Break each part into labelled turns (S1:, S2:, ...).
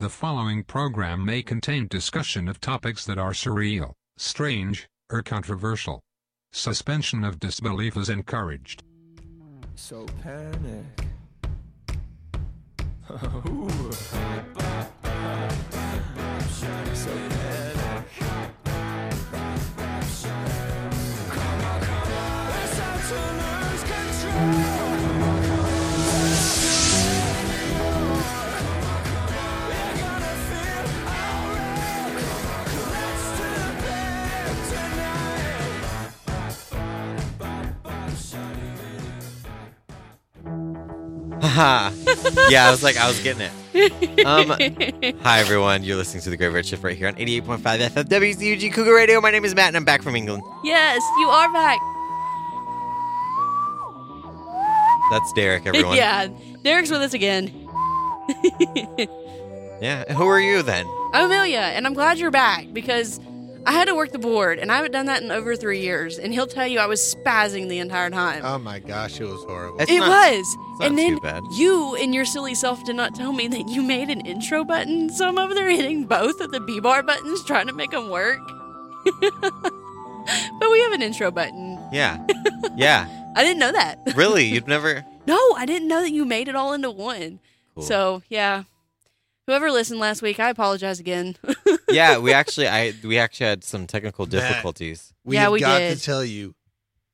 S1: The following program may contain discussion of topics that are surreal, strange, or controversial. Suspension of disbelief is encouraged.
S2: So panic. Ooh. so panic.
S3: Haha. yeah, I was like, I was getting it. Um, hi, everyone. You're listening to The Great Red Shift right here on 88.5 FM WCUG Cougar Radio. My name is Matt, and I'm back from England.
S4: Yes, you are back.
S3: That's Derek, everyone.
S4: Yeah, Derek's with us again.
S3: Yeah. Who are you then?
S4: I'm Amelia, and I'm glad you're back because I had to work the board, and I haven't done that in over three years. And he'll tell you I was spazzing the entire time.
S5: Oh my gosh, it was horrible.
S3: It's
S4: it
S3: not-
S4: was,
S3: not
S4: and then
S3: too bad.
S4: you and your silly self did not tell me that you made an intro button. So I'm over there hitting both of the B bar buttons, trying to make them work. but we have an intro button.
S3: Yeah. Yeah.
S4: I didn't know that.
S3: Really? You've never.
S4: No, I didn't know that you made it all into one.
S3: Cool.
S4: So yeah, whoever listened last week, I apologize again.
S3: Yeah, we actually, I we actually had some technical
S5: Matt.
S3: difficulties.
S5: We
S4: Yeah,
S5: have
S4: we
S5: got
S4: did.
S5: to tell you,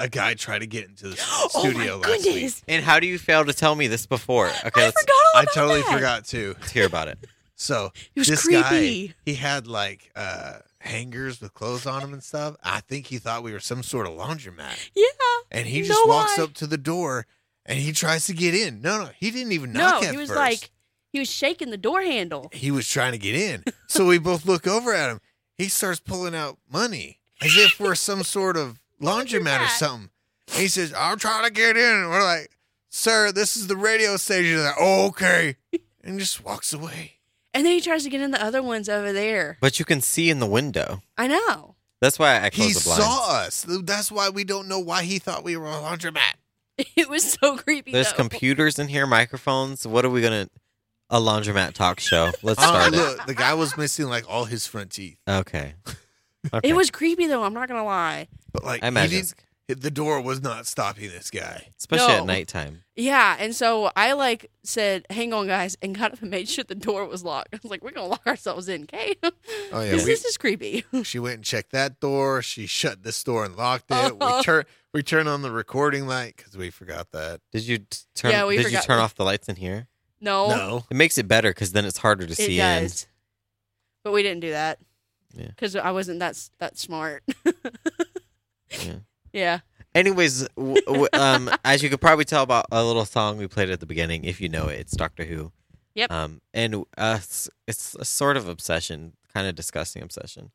S5: a guy tried to get into the studio
S4: oh my
S5: last week.
S4: goodness!
S3: And how do you fail to tell me this before? Okay,
S4: I
S3: let's,
S4: forgot all
S5: I
S4: about
S5: totally
S4: that.
S5: forgot too.
S3: let's hear about it.
S5: So
S4: It was
S5: this
S4: creepy.
S5: guy, he had like uh hangers with clothes on him and stuff. I think he thought we were some sort of laundromat,
S4: Yeah.
S5: and he just
S4: No,
S5: walks
S4: I-
S5: up to the door and he tries to get in. No, no, he didn't even knock.
S4: No,
S5: at
S4: he was
S5: first.
S4: like he was shaking the door handle.
S5: he was trying to get in. So we both look over at him. He starts pulling out money as if we're some sort of laundromat or
S4: Laundromat.
S5: something. He says, I'm trying to get in. And we're like, Sir, this is the radio station. They're like, oh, okay. And just walks away.
S4: And then he tries to get in the other ones over there.
S3: But you can see in the window.
S4: I know.
S3: That's why I closed
S5: He
S3: the blinds.
S5: saw us. That's why we don't know why he thought we were a laundromat.
S4: It was so creepy.
S3: There's
S4: though.
S3: computers in here, microphones. What are we gonna? A laundromat talk show. Let's
S5: Uh,
S3: start it.
S5: look, the guy was missing like all his front teeth.
S3: Okay.
S4: It was creepy though, I'm not gonna lie.
S5: But like,
S3: I
S5: he
S3: imagine,
S5: didn't- the door was not stopping this guy.
S3: especially
S4: No.
S3: at nighttime.
S4: Yeah, and so I like said, hang on guys, and got up and made sure the door was locked. I was like, we're gonna lock ourselves in, okay?
S5: Oh, yeah.
S4: Because
S5: we-
S4: this is creepy.
S5: She went and checked that door. She shut this door and locked it.
S4: Oh.
S5: We turn we turn on the recording light because we forgot that.
S3: Did you t- turn?
S4: Yeah, we
S3: did you
S4: forgot-
S3: turn off the lights in here?
S4: No,
S5: No,
S3: It makes it better because then it's harder to
S4: it
S3: see in.
S4: does. But we didn't do that.
S3: Yeah.
S4: Because I wasn't that s- that smart.
S3: Yeah.
S4: yeah.
S3: Anyways, w- w- um, as you could probably tell about a little song we played at the beginning, if you know it, it's Doctor Who.
S4: Yep.
S3: Um, and us, it's a sort of obsession, kind of disgusting obsession.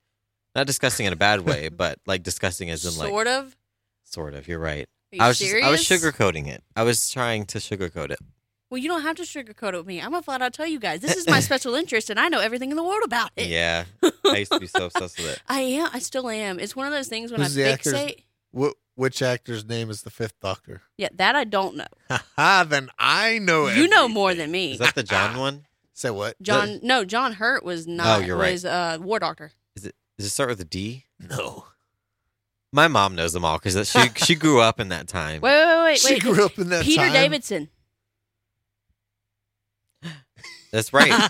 S3: Not disgusting in a bad way, but like disgusting as in like
S4: Sort of.
S3: sort of. You're right.
S4: Are you
S3: I was just-
S4: serious?
S3: I was sugarcoating it. I was trying to sugarcoat it.
S4: Well, you don't have to sugarcoat it with me. I'm gonna flat out tell you guys this is my special interest, and I know everything in the world about it.
S3: Yeah, I used to be so obsessed with it.
S4: I am. I still am. It's one of those things when
S5: Who's
S4: I
S5: the actor's-
S4: fixate.
S5: Wh- which actor's name is the Fifth Doctor?
S4: Yeah, that I don't know.
S5: Haha, then I know it.
S4: you know more than me.
S3: Is that the John one?
S5: Say what?
S4: John? No, John Hurt was not.
S3: Oh, you're right.
S4: Was uh, war doctor.
S3: Does it start with a D?
S5: No.
S3: My mom knows them all because she she grew up in that time.
S4: Wait, wait, wait, wait.
S5: she grew up in that
S4: Peter
S5: time.
S4: Davidson.
S3: That's right.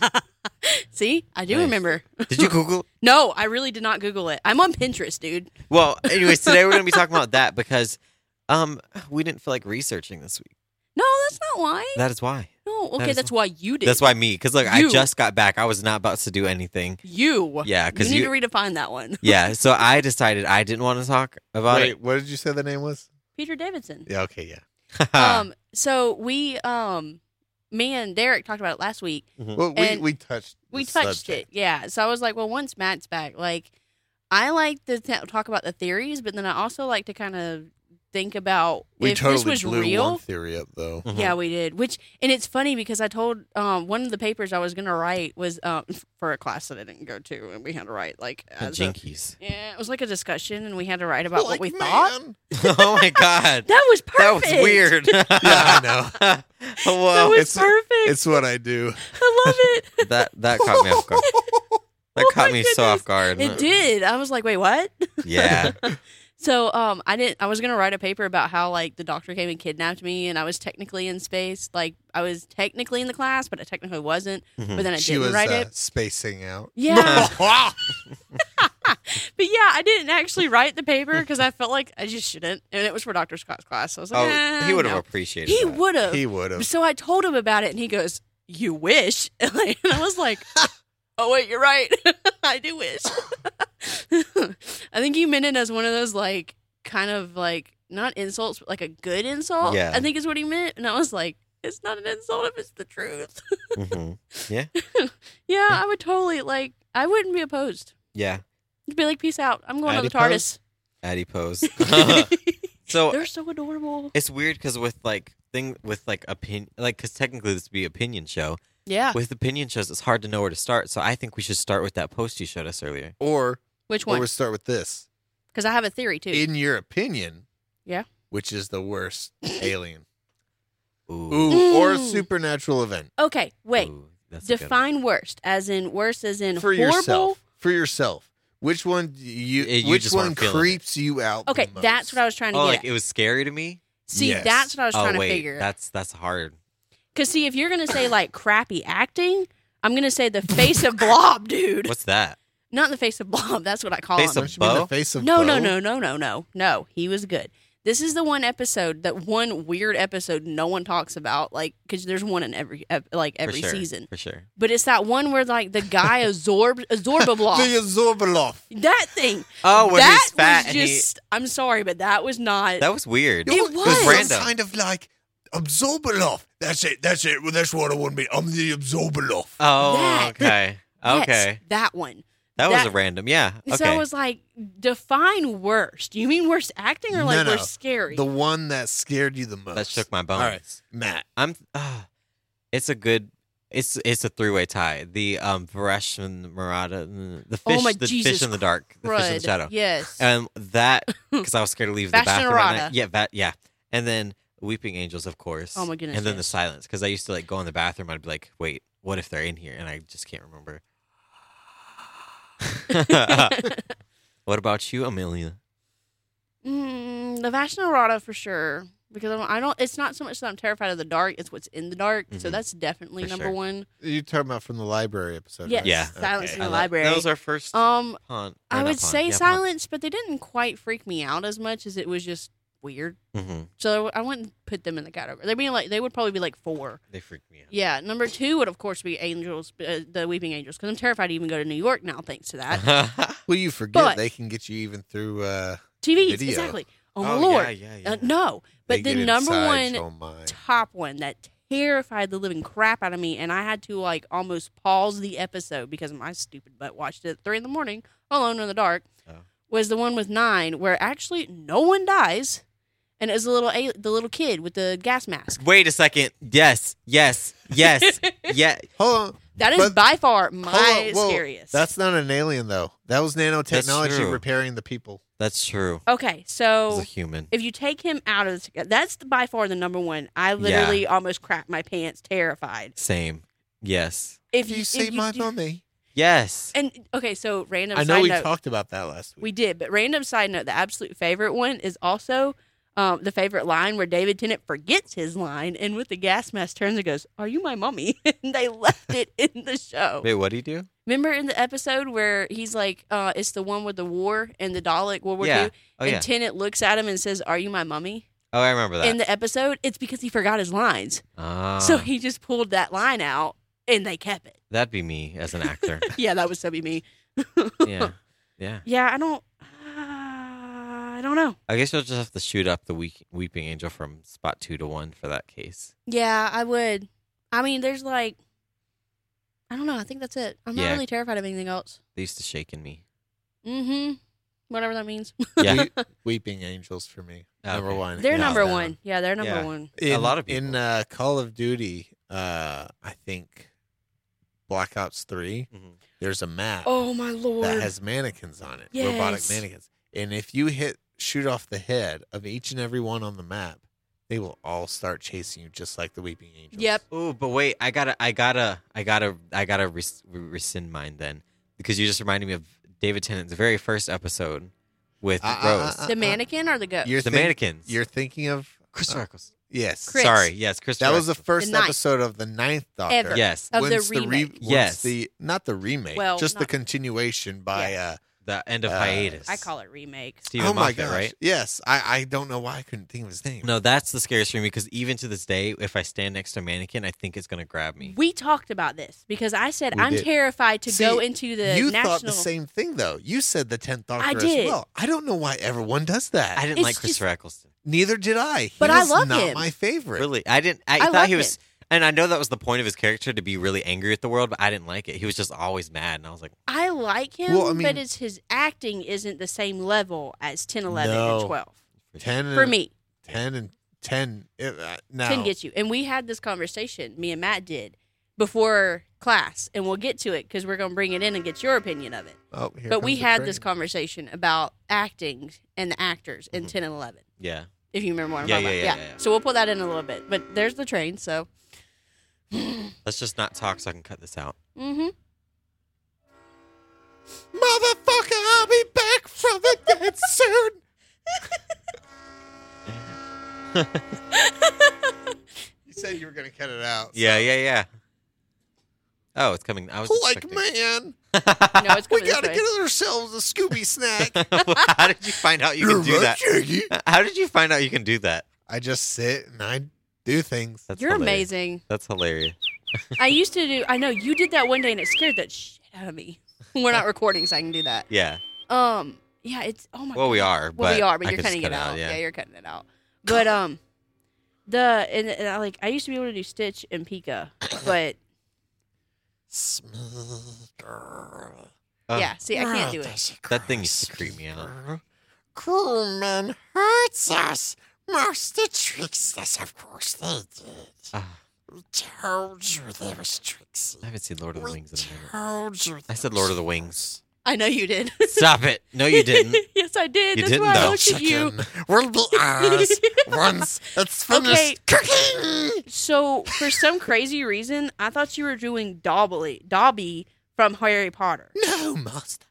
S4: See, I do
S3: Nice.
S4: remember.
S3: Did you Google?
S4: No, I really did not Google it. I'm on Pinterest, dude.
S3: Well, anyways, today we're gonna be talking about that because um we didn't feel like researching this week.
S4: No, that's not why.
S3: That is why.
S4: no, okay,
S3: is
S4: that's why you did.
S3: That's why me. Because look, I
S4: You.
S3: just got back. I was not about to do anything.
S4: you.
S3: Yeah, because
S4: you
S3: you.
S4: need to redefine that one.
S3: yeah, so I decided I didn't want to talk about
S5: Wait, what did you say the name was?
S4: Peter Davidson.
S5: Yeah. Okay. Yeah.
S3: it.
S4: Um, so we, um, me and Derek talked about it last week.
S5: Well, we,
S4: And
S5: we touched.
S4: We
S5: the
S4: touched
S5: subject.
S4: it, yeah. So I was like, well, once Matt's back, like, I like to th- talk about the theories, but then I also like to kind of think about
S5: We
S4: if
S5: totally
S4: this was
S5: blew
S4: real.
S5: one Mm-hmm. theory up though.
S3: Mhm.
S4: Yeah, we did. Which and it's funny because I told um, one of the papers I was gonna write was um, f- for a class that I didn't go to, and we had to write like
S5: uh,
S4: as a,
S3: Jinkies.
S4: yeah, it was like a discussion, and we had to write about what
S5: Like,
S4: we
S5: man.
S4: thought.
S3: oh my god,
S4: That was
S3: that was
S4: perfect.
S3: weird.
S5: Yeah, I know.
S3: well,
S4: That was
S5: it's-
S4: perfect.
S5: It's what I do.
S4: I love it.
S3: That that caught me off guard. That
S4: Oh
S3: caught
S4: my
S3: me so
S4: goodness.
S3: off guard.
S4: It did. I was like, wait, what?
S3: Yeah.
S4: So um, I didn't. I was gonna write a paper about how like the doctor came and kidnapped me, and I was technically in space. Like I was technically in the class, but I technically wasn't.
S3: Mm-hmm.
S4: But then I
S5: she
S4: didn't
S5: was
S4: write
S5: uh,
S4: it.
S5: spacing out.
S4: Yeah, but yeah, I didn't actually write the paper because I felt like I just shouldn't, and it was for Doctor Scott's class. So I was like,
S3: Oh,
S4: eh,
S3: he would have
S4: no.
S3: appreciated.
S4: He
S3: that.
S4: would have.
S5: he would have.
S4: So I told him about it, and he goes, "You wish," and I was like, "Oh wait, you're right. I do wish." I think he meant it as one of those like kind of like not insults, but like a good insult.
S3: Yeah.
S4: I think is what he meant, and I was like, "It's not an insult if it's the truth."
S3: Mhm.
S4: yeah, I would totally like. I wouldn't be opposed.
S3: Yeah.
S4: I'd be like, "Peace out. I'm going to the TARDIS."
S3: Adipose? Adipose. so
S4: They're so adorable.
S3: it's weird because with like thing with like opinion like because technically this would be opinion show
S4: Yeah.
S3: with opinion shows it's hard to know where to start so i think we should start with that post you showed us earlier
S5: Or,
S4: Which
S5: or
S4: one?
S5: we start with this.
S4: Because I have a theory too.
S5: In your opinion,
S4: Yeah.
S5: which is the worst alien?
S3: ooh,
S5: Ooh, or
S4: Mm.
S5: supernatural event?
S4: okay, wait.
S3: Ooh, that's a good one.
S4: Define worst, as in worst, as in
S5: for
S4: horrible.
S5: yourself. For yourself. Which one do you?
S3: Yeah, you
S5: which
S3: just weren't
S5: one
S3: feeling it.
S5: creeps you out?
S4: Okay,
S5: the
S4: that's
S5: most?
S4: what I was trying to
S3: oh
S4: get.
S3: like
S4: at.
S3: it was scary to me
S4: see,
S5: Yes.
S4: that's what I was
S3: oh
S4: trying
S3: wait
S4: to figure.
S3: that's that's hard
S4: Because see, if you're gonna say like crappy acting, I'm gonna say the face of Blob, dude.
S3: what's that
S4: Not the face of Blob. That's what I call
S3: Face
S4: him.
S5: Don't you mean
S3: Bo?
S5: the face of
S4: no, no,
S5: Bo?
S4: no, no, no, no, no. He was good. This is the one episode, that one weird episode no one talks about, like because there's one in every ep- like every
S3: for sure,
S4: season.
S3: for sure
S4: But it's that one where like the guy absorbs Azorba Blob.
S5: The Zorbalov.
S4: that thing.
S3: oh when
S4: that
S3: he's fat
S4: was
S3: and he-
S4: just. I'm sorry, but that was not.
S3: that was weird
S4: It was.
S5: some
S3: random
S5: kind of like Absorbalov. That's it. That's it. Well, that's what I want to be. I'm the Absorbalov.
S4: Uh,
S3: oh
S4: That.
S3: okay
S4: Yes,
S3: okay
S4: that one.
S3: that was
S4: that-
S3: a random yeah okay
S4: So I was like, define worst. You mean worst acting or
S5: No,
S4: like
S5: no.
S4: worst scary?
S5: the one that scared you the most.
S3: that shook my bones
S5: All right, Matt.
S3: I'm. Uh, it's a good. It's it's a three way tie. The um Varesh and Murata, mm, the
S4: Oh
S3: fish,
S4: my
S3: the
S4: Jesus
S3: fish in the dark, the fish in the
S4: Crud.
S3: shadow.
S4: Yes.
S3: Um, that because I was scared to leave the
S4: Vash and
S3: bathroom. at
S4: Murata.
S3: night. Yeah, that yeah. And then Weeping Angels, of course.
S4: Oh my goodness,
S3: And then the
S4: yes.
S3: silence because I used to like go in the bathroom. I'd be like, wait, what if they're in here? And I just can't remember. what about you, Amelia?
S4: mm, the Vashnarada for sure. Because I don't, I don't, it's not so much that I'm terrified of the dark, it's what's in the dark. So
S3: Mhm.
S4: that's definitely
S3: For
S4: number
S3: sure.
S4: one.
S5: You're talking about from the library episode.
S4: Yes.
S5: right?
S3: Yeah.
S4: Silence in
S3: I
S4: the
S3: lo-
S4: library.
S3: That was our first
S4: um,
S3: pun.
S4: I
S3: or not pun,
S4: would say
S3: yeah, pun.
S4: silence, but they didn't quite freak me out as much as it was just weird.
S3: Mhm.
S4: So I wouldn't put them in the category. They'd be like, they would probably be like four.
S3: They freaked me out.
S4: Yeah, number two would of course be Angels, uh, the Weeping Angels, because I'm terrified to even go to New York now thanks to that.
S5: Well, you forget
S4: But-
S5: they can get you even through. Uh,
S4: TVs,
S5: Video.
S4: exactly. Oh, my lord.
S3: yeah,
S4: Uh, no, but the
S5: they get
S4: number
S5: inside Oh,
S4: one
S5: your mind.
S4: top one that terrified the living crap out of me, and I had to like almost pause the episode because my stupid butt watched it at three in the morning, alone in the dark.
S3: Oh.
S4: Was the one with nine where actually no one dies, and it was the little a- the little kid with the gas mask.
S3: Wait a second. Yes, yes, yes, yeah.
S5: Hold on.
S4: That is
S5: But-
S4: by far
S5: Hold
S4: my
S5: on, whoa.
S4: scariest.
S5: That's not an alien though. That was nanotechnology
S3: true.
S5: repairing the people.
S3: That's true. As
S4: okay.
S3: a
S4: So
S3: human.
S4: if you take him out of the, that's the, by far the number one. I literally almost crapped my pants, terrified.
S3: Same. Yes.
S4: If
S5: You,
S4: if
S5: saved my
S4: do-
S5: mummy.
S3: Yes.
S4: And okay, so random
S5: I know
S4: side
S5: we
S4: note.
S5: talked about that last
S4: we
S5: week.
S4: did, but random side note, the absolute favorite one is also um, the favorite line where David Tennant forgets his line and with the gas mask turns and goes, Are you my mummy? and they left it in the show.
S3: Wait, what do you do?
S4: Remember in the episode where he's like, uh, it's the one with the war and the Dalek World War
S3: Yeah.
S4: II?
S3: Oh
S4: and
S3: yeah.
S4: Tennant looks at him and says, Are you my mummy?
S3: Oh, I remember that.
S4: In the episode, it's because he forgot his lines.
S3: Ah,
S4: so he just pulled that line out and they kept it.
S3: that'd be me as an actor.
S4: Yeah, that was so be me.
S3: yeah. Yeah.
S4: Yeah, I don't. Uh, I don't know.
S3: I guess you'll just have to shoot up the weak, weeping angel from spot two to one for that case.
S4: Yeah, I would. I mean, there's like, I don't know. I think that's it. I'm
S3: Yeah.
S4: not really terrified of anything else.
S3: They used to shake in me.
S4: Mm-hmm. Whatever that means.
S3: Yeah.
S5: We- Weeping angels for me.
S3: Okay.
S5: Number one.
S4: They're
S5: Yeah.
S4: number
S5: Down.
S4: one. Yeah, they're number
S3: Yeah.
S4: one.
S5: in,
S3: A lot of
S5: in
S3: people.
S5: uh, Call of Duty. Uh, I think Black Ops Three.
S3: Mhm.
S5: There's a map
S4: Oh my lord.
S5: that has mannequins on it, robotic
S4: Yes.
S5: mannequins, and if you hit shoot off the head of each and every one on the map, they will all start chasing you just like the weeping angels.
S4: Yep.
S3: Oh, but wait, I gotta, I gotta, I gotta, I gotta res- rescind mine then, because you just reminded me of David Tennant's very first episode with
S5: Uh, uh,
S3: Rose,
S5: uh, uh,
S4: the mannequin or the goat?
S5: You're
S3: the
S5: think-
S3: mannequins.
S5: You're thinking of uh,
S3: Chris Eccles.
S5: yes.
S4: Chris.
S3: Sorry, yes, Chris.
S5: That was the
S3: Eccles.
S5: first
S4: ninth.
S5: episode of the ninth Doctor.
S4: Ever.
S3: yes,
S4: Of the
S5: Once
S4: remake.
S5: once
S3: Yes.
S5: the not the remake,
S4: Well,
S5: just the
S4: not-
S5: continuation by. Uh,
S3: the end of
S5: Uh,
S3: hiatus.
S4: I call it remake.
S3: Stephen
S5: oh my
S3: Moffat,
S5: gosh!
S3: right?
S5: Yes, I, I don't know why I couldn't think of his name.
S3: No, that's the scariest for me because even to this day, if I stand next to a mannequin, I think it's gonna grab me.
S4: We talked about this because I said
S5: We
S4: I'm
S5: did.
S4: terrified to go
S5: See,
S4: into the
S5: you
S4: national.
S5: thought the same thing though. You said the tenth Doctor
S4: I did.
S5: as well. I don't know why everyone does that.
S3: I didn't
S4: It's
S3: like Christopher Eccleston.
S5: Neither did I. He
S4: But I
S5: was
S4: love
S5: not
S4: him.
S5: My favorite.
S3: Really, I didn't. I,
S4: I
S3: thought he
S4: love
S3: was, and I know that was the point of his character to be really angry at the world, but I didn't like it. He was just always mad, and I was like,
S4: I like him,
S5: Well, I mean-
S4: but it's his acting isn't the same level as 10, 11,
S5: No.
S4: and 12
S5: Ten
S4: for
S5: and-
S4: me.
S5: Ten and ten. It, uh, Mm, no.
S4: 10 gets you. And we had this conversation, me and Matt did, before class, and we'll get to it because we're going to bring it in and get your opinion of it.
S5: Oh, here
S4: but we
S5: comes the
S4: had
S5: train.
S4: this conversation about acting and the actors in
S5: Mm-hmm.
S3: Mhm.
S4: 10 and 11,
S3: yeah.
S4: if you remember what I'm
S3: Yeah,
S4: talking
S3: yeah,
S4: about.
S3: yeah, yeah, yeah.
S4: So we'll pull that in a little bit. But there's the train, so.
S3: Let's just not talk so I can cut this out.
S4: hmm
S5: motherfucker. I'll be back from the dead soon. you said you were gonna cut it out.
S3: Yeah, yeah, yeah. Oh, it's coming. I was
S5: Like
S3: expecting-
S5: man,
S4: No, it's
S5: we
S4: coming this
S5: gotta
S4: way.
S5: get ourselves a Scooby snack.
S3: How did you find out you can do that?
S5: Jiggy.
S3: How did you find out you can do that?
S5: I just sit and I do things.
S3: That's
S4: You're
S3: hilarious.
S4: amazing.
S3: That's hilarious.
S4: I used to do. I know you did that one day, and it scared the shit out of me. We're not recording, so I can do that.
S3: Yeah.
S4: Um, yeah, it's oh my.
S3: Well, we
S4: God.
S3: are.
S4: Well,
S3: but
S4: we are, but
S3: I
S4: you're
S3: could just
S4: cutting
S3: cut
S4: it out. Yeah.
S3: Yeah.
S4: you're cutting it out. But um, the and, and I, like I used to be able to do Stitch and Pika, but
S5: Smooth girl.
S3: Oh,
S4: yeah, see, I can't do it.
S3: That thing used to creep me out.
S5: Crewman hurts us. Master tricks us, of course they did.
S3: Ah,
S5: We told you they was tricksy.
S3: I haven't seen Lord of the
S5: We
S3: Rings in a minute.
S5: told you.
S3: I said Lord of the Wings.
S4: I know you did.
S3: Stop it. No, you didn't.
S4: yes, I did.
S3: You
S4: That's
S3: didn't,
S4: why I
S3: though.
S4: looked at you.
S5: will be ours once it's
S4: Okay.
S5: finished cooking.
S4: So for some crazy reason, I thought you were doing Dobby, Dobby from Harry Potter.
S5: No, master.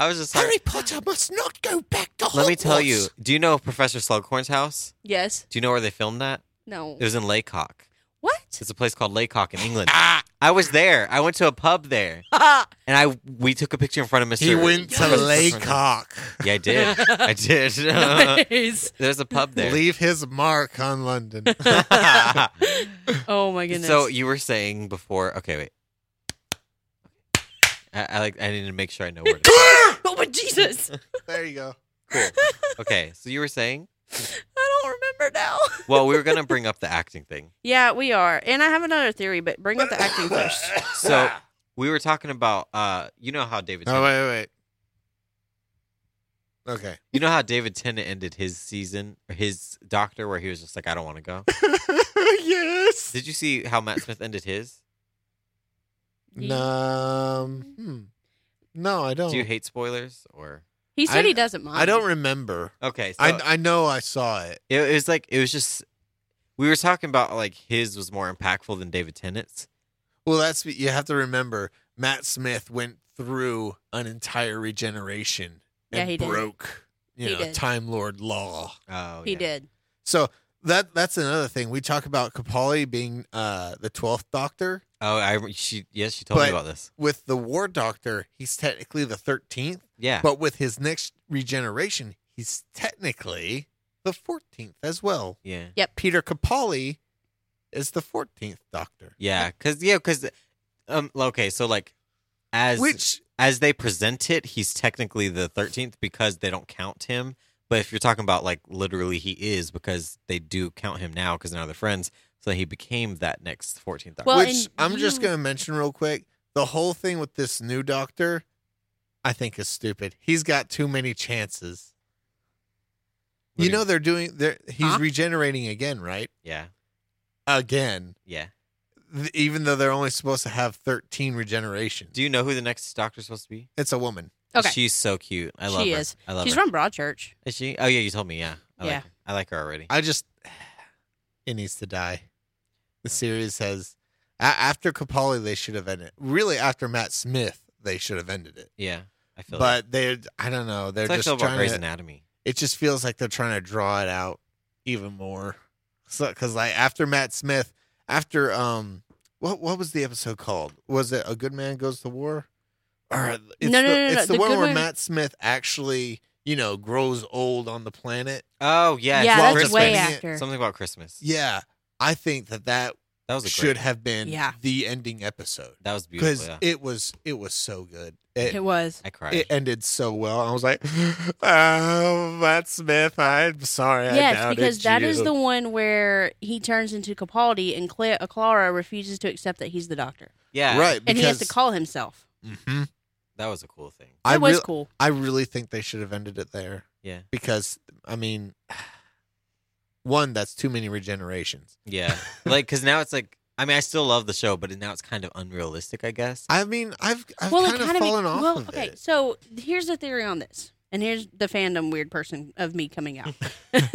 S3: I was just like,
S5: Harry Potter must not go back to Hogwarts.
S3: let me tell you. Do you know Professor Slughorn's house?
S4: Yes.
S3: Do you know where they filmed that?
S4: No.
S3: It was in Laycock.
S4: What?
S3: It's a place called Laycock in England. I was there. I went to a pub there, and I we took a picture in front of Mr.
S5: He went to Laycock.
S3: Yeah, I did. I did.
S4: Nice.
S3: There's a pub there.
S5: Leave his mark on London.
S4: Oh my goodness.
S3: So you were saying before? Okay, wait. I, I like. I need to make sure I know where. To
S4: oh my Jesus!
S5: there you go.
S3: Okay, so you were saying?
S4: I don't remember now.
S3: Well, we were gonna bring up the acting thing.
S4: Yeah, we are, and I have another theory, but bring up the acting first.
S3: So we were talking about. Uh, you know how David.
S5: Oh
S3: Tennant,
S5: wait, wait, wait. Okay.
S3: you know how David Tennant ended his season or his Doctor, where he was just like, I don't want to go.
S5: yes.
S3: Did you see how Matt Smith ended his?
S5: Um. Hmm. No, I don't.
S3: Do you hate spoilers or?
S4: He said
S5: I-
S4: he doesn't mind.
S5: I don't remember.
S3: Okay, so
S5: I I know I saw it.
S3: It, it was like it was just we were talking about like his was more impactful than David Tennant's.
S5: Well, that's what you have to remember. Matt Smith went through an entire regeneration
S4: Yeah,
S5: and
S4: he did.
S5: broke you
S4: He
S5: know
S4: did.
S5: Time Lord law.
S3: Oh,
S4: he
S3: yeah.
S4: did.
S5: So that that's another thing we talk about. Capaldi being uh the twelfth Doctor
S3: Oh, I she yes, she told me
S5: But-
S3: about this.
S5: with the War Doctor, he's technically the thirteenth.
S3: Yeah,
S5: But with his next regeneration, he's technically the 14th as well.
S3: yeah,
S5: Peter Capaldi is the 14th Doctor.
S3: yeah, because yeah, because um, okay, so like as
S5: Which,
S3: as they present it, he's technically the thirteenth because they don't count him. But if you're talking about like literally, he is because they do count him now because now they're friends. So he became that next fourteenth.
S4: Well,
S5: which
S4: and
S5: I'm just
S4: you-
S5: going to mention real quick the whole thing with this new Doctor, I think is stupid. He's got too many chances.
S3: What
S5: You
S3: do you-
S5: know, they're doing, they're, he's
S4: Huh?
S5: regenerating again, right?
S3: yeah,
S5: Again.
S3: yeah.
S5: Th- Even though they're only supposed to have 13 regenerations,
S3: Do you know who the next doctor's supposed to be?
S5: it's a woman.
S4: Okay.
S3: she's so cute. I love
S4: She
S3: her.
S4: is.
S3: I love
S4: She's
S3: her.
S4: from Broadchurch.
S3: Is she? Oh yeah, you told me. Yeah. I
S4: Yeah.
S3: Like her. I like her already.
S5: I just it needs to die. The series has a- after Capaldi they should have ended. Really after Matt Smith they should have ended it.
S3: yeah, I feel. like,
S5: But they I don't know, they're
S3: that's how I feel
S5: just
S3: about
S5: trying
S3: Grey's
S5: to,
S3: Anatomy.
S5: it just feels like they're trying to draw it out even more. So cuz like after Matt Smith, after um what what was the episode called? Was it A Good Man Goes to War? Or it's
S4: No, no,
S5: the,
S4: no, no,
S5: it's
S4: no,
S5: the,
S4: The
S5: one
S4: Good
S5: where
S4: Man-
S5: Matt Smith actually, you know, grows old on the planet.
S3: Oh yeah, it's
S4: yeah,
S5: Well, we're
S4: that's
S5: just
S4: way
S5: spending it-
S4: after.
S3: Something about Christmas.
S5: Yeah, I think that that
S3: That was a
S5: should
S3: great,
S5: have been
S4: Yeah.
S5: the ending episode
S3: that was beautiful.
S5: because
S3: Yeah.
S5: it was it was so good. It,
S4: It
S5: it,
S4: was.
S3: I cried.
S5: ended so well. I was like, oh, Matt Smith, I'm sorry. I
S4: yes,
S5: doubted
S4: because that is
S5: you."
S4: the one where he turns into Capaldi and Cla- Clara refuses to accept that he's the doctor.
S3: yeah, Mm-hmm.
S5: right
S4: And he has to
S5: because-
S4: call himself.
S5: Mhm.
S3: That was a cool thing.
S5: I
S4: it was
S5: real-
S4: cool.
S5: I really think they should have ended it there.
S3: Yeah.
S5: because I mean, one that's too many regenerations.
S3: Yeah, like because now it's like I mean I still love the show, but now it's kind of unrealistic, I guess.
S5: I mean, I've I've
S4: well,
S5: kind
S4: it
S5: of
S4: kinda
S5: fallen
S4: be-
S5: off
S4: well,
S5: of
S4: okay.
S5: it.
S4: So here's the theory on this, and here's the fandom weird person of me coming out.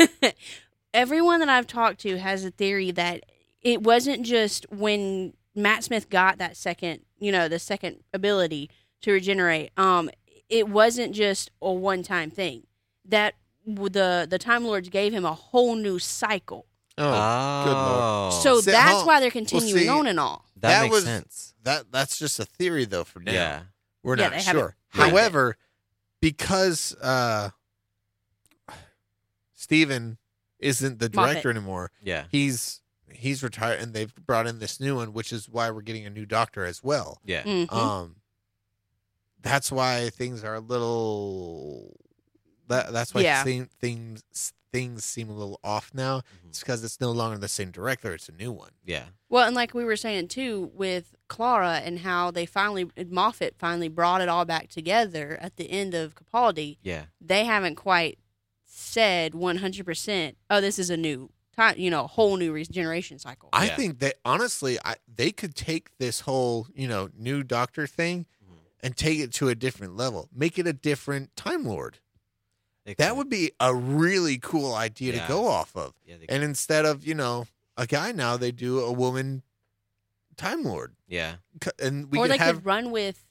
S4: Everyone that I've talked to has a theory that it wasn't just when Matt Smith got that second, you know, the second ability to regenerate. Um, it wasn't just a one time thing. That w- the the Time Lords gave him a whole new cycle.
S5: Oh,
S3: Uh,
S5: good lord.
S3: Oh,
S4: so
S5: See,
S4: that's
S5: huh.
S4: why they're continuing
S5: see,
S4: on and all.
S3: that,
S5: that
S3: makes
S5: was-
S3: sense.
S5: that that's just a theory though. For now,
S3: Yeah,
S5: We're
S4: Yeah,
S5: not
S4: they haven't
S5: sure.
S4: proved it.
S5: However, because uh Steven isn't the
S4: Moffat.
S5: director anymore,
S3: yeah,
S5: he's he's retired and they've brought in this new one, which is why we're getting a new doctor as well.
S3: yeah.
S4: Mhm.
S5: Um that's why things are a little that that's why
S4: Yeah.
S5: thing- things things seem a little off now. It's
S3: Mhm.
S5: because it's no longer the same director, it's a new one.
S3: Yeah,
S4: Well, and like we were saying too, with Clara and how they finally Moffat finally brought it all back together at the end of Capaldi,
S3: yeah,
S4: they haven't quite said one hundred percent. Oh, this is a new time, you know, a whole new regeneration cycle.
S5: I
S3: Yeah.
S5: think that honestly, I, they could take this whole you know new Doctor thing
S3: Mhm.
S5: and take it to a different level, make it a different Time Lord.
S3: They
S5: That
S3: could-
S5: would be a really cool idea
S3: Yeah.
S5: to go off of.
S3: Yeah, they could-
S5: And instead of you know a guy now, they do a woman Time Lord,
S3: yeah,
S5: C- and we
S4: or
S5: could
S4: they
S5: have
S4: could run with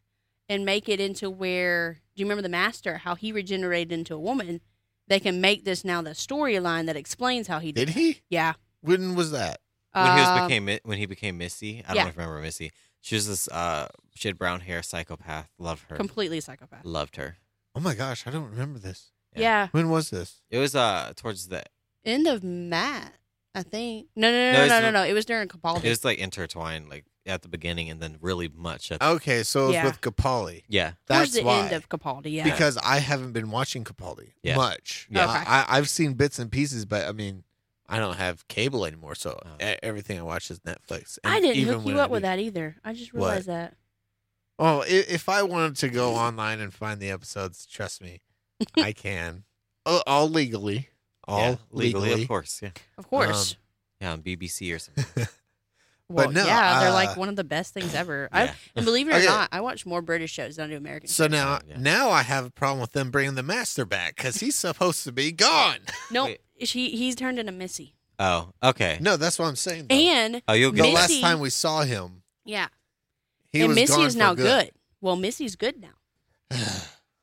S4: and make it into where do you remember the Master? How he regenerated into a woman? They can make this now the storyline that explains how he did.
S5: did he?
S4: Yeah.
S5: When was that?
S3: when he was
S4: Um,
S3: became Mi- when he became Missy, I
S4: yeah.
S3: don't know if you remember Missy. She was this uh, she had brown hair, psychopath. Love her,
S4: completely psychopath.
S3: loved her.
S5: Oh my gosh, I don't remember this.
S4: Yeah.
S5: When was this?
S3: It was uh towards the
S4: end of Matt, I think. No, no,
S3: No,
S4: no, no,
S3: it's
S4: no,
S3: the-
S4: no, no. It was during Capaldi.
S3: it was like intertwined like at the beginning and then really much at
S5: Okay, so it was
S4: Yeah.
S5: with Capaldi.
S3: yeah
S5: That's
S4: towards the
S5: why.
S4: end of Capaldi. Yeah,
S5: because I haven't been watching Capaldi
S3: Yeah.
S5: much.
S3: Yeah.
S4: Okay.
S5: I, I, I've seen bits and pieces, but I mean, I don't have cable anymore, so
S3: Oh.
S5: e- everything I watch is Netflix.
S4: I
S5: And
S4: didn't
S5: even
S4: hook
S5: when
S4: you
S5: I
S4: up with
S5: do-
S4: that either. I just
S5: What?
S4: realized that.
S5: Oh, i- if I wanted to go online and find the episodes, trust me, I can. All, all legally, all
S3: yeah,
S5: legally,
S3: of course yeah
S4: Of course.
S3: yeah on BBC or something
S4: well,
S5: Um, but no,
S4: yeah, they're
S5: uh,
S4: like one of the best things ever. I,
S3: yeah
S4: and believe it or
S5: Okay.
S4: not, I watch more British shows than I do American.
S5: So now,
S3: Yeah.
S5: now I have a problem with them bringing the master back because he's supposed to be gone.
S4: no,
S3: wait.
S4: she he's turned into Missy.
S3: oh okay
S5: No, that's what I'm saying. though.
S4: And
S3: oh you'll
S5: the
S3: get it.
S4: Missy-
S5: last time we saw him,
S4: yeah,
S5: he
S4: and
S5: was
S4: Missy
S5: gone
S4: is
S5: for
S4: now good. Well, Missy's good now.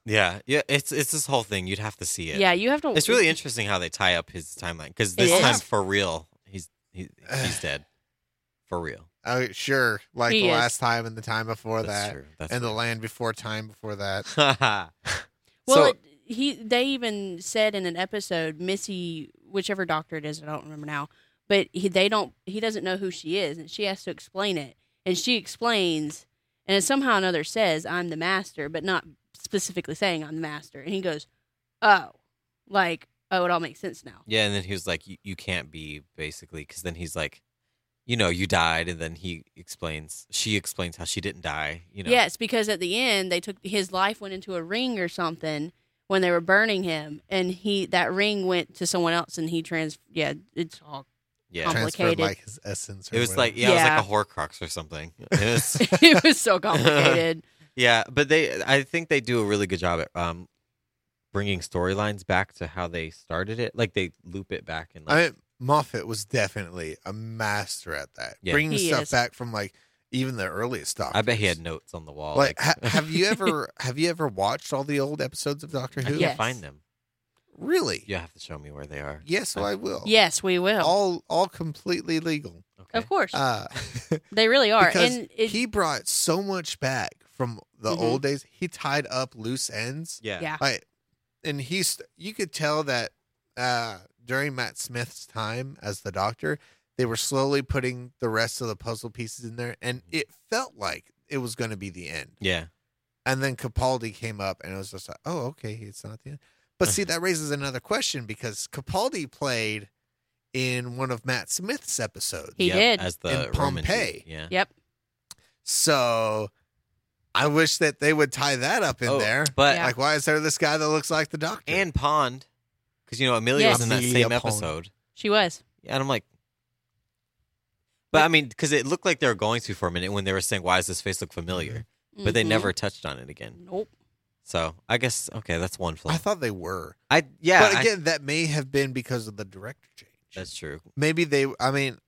S3: yeah yeah it's it's this whole thing you'd have to see
S4: Yeah,
S3: it
S4: you have to.
S3: it's really interesting how they tie up his timeline because
S4: It
S3: this
S4: is.
S3: time for real he's he, he's dead for real
S5: Oh, sure. Like
S4: He
S5: the
S4: is.
S5: last time and the time before
S3: that's
S5: that.
S3: true that's
S5: And the land before time before that.
S3: the
S4: Well,
S3: so
S4: it, he they even said in an episode, Missy, whichever doctor it is, I don't remember now, but he, they don't he doesn't know who she is, and she has to explain it, and she explains, and somehow or another says, "I'm the master," but not specifically saying I'm the master, and he goes, "Oh, like oh, it all makes sense now."
S3: yeah and then he was like you, you can't be basically because then he's like you know you died and then he explains she explains how she didn't die you know
S4: Yes, because at the end they took his life went into a ring or something when they were burning him, and he that ring went to someone else, and he trans yeah, it's all
S3: yeah
S5: Transferred
S4: Complicated.
S5: like his essence. Or
S3: It was
S5: whatever.
S3: like yeah, it was like a Horcrux or something. It was-
S4: it was so complicated.
S3: yeah, but they I think they do a really good job at um bringing storylines back to how they started it. Like they loop it back and like,
S5: I mean, Moffat was definitely a master at that,
S3: Yeah.
S5: bringing
S4: He
S5: stuff
S4: is.
S5: back from like even the earliest stuff.
S3: I bet he had notes on the wall.
S5: Like, ha- have you ever have you ever watched all the old episodes of Doctor
S3: I
S5: Who?
S3: can't
S4: Yes.
S3: find them.
S5: Really?
S3: You have to show me where they are.
S5: Yes, I will.
S4: Yes, we will.
S5: All all completely legal.
S3: Okay.
S4: of course,
S5: Uh,
S4: they really are.
S5: because
S4: And it,
S5: he brought so much back from the
S4: Mhm.
S5: old days. He tied up loose ends.
S3: Yeah.
S4: yeah,
S5: Like, and he's you could tell that uh, during Matt Smith's time as the Doctor, they were slowly putting the rest of the puzzle pieces in there, and it felt like it was going to be the end.
S3: Yeah.
S5: And then Capaldi came up, and it was just like, oh, okay, it's not the end. But see,
S3: Mm-hmm.
S5: that raises another question because Capaldi played in one of Matt Smith's episodes.
S4: He
S3: Yep,
S4: did.
S3: As the
S5: In
S3: Roman dude.
S5: Pompeii.
S3: Yeah.
S4: yep.
S5: So I wish that they would tie that up in
S3: Oh,
S5: there.
S3: But
S4: Yeah.
S5: Like, why is there this guy that looks like the doctor?
S3: and Pond, because you know Amelia
S4: Yes.
S3: was in that
S5: Amelia
S3: same
S5: Pond.
S3: episode,
S4: She was.
S3: and I'm like, but I mean, because it looked like they were going to for a minute when they were saying, "Why does this face look familiar?" But they
S4: Mhm.
S3: never touched on it again.
S4: Nope.
S3: So I guess okay, that's one flaw.
S5: I thought they were.
S3: I yeah,
S5: but
S3: I-
S5: again, that may have been because of the director change.
S3: that's true.
S5: Maybe they, I mean,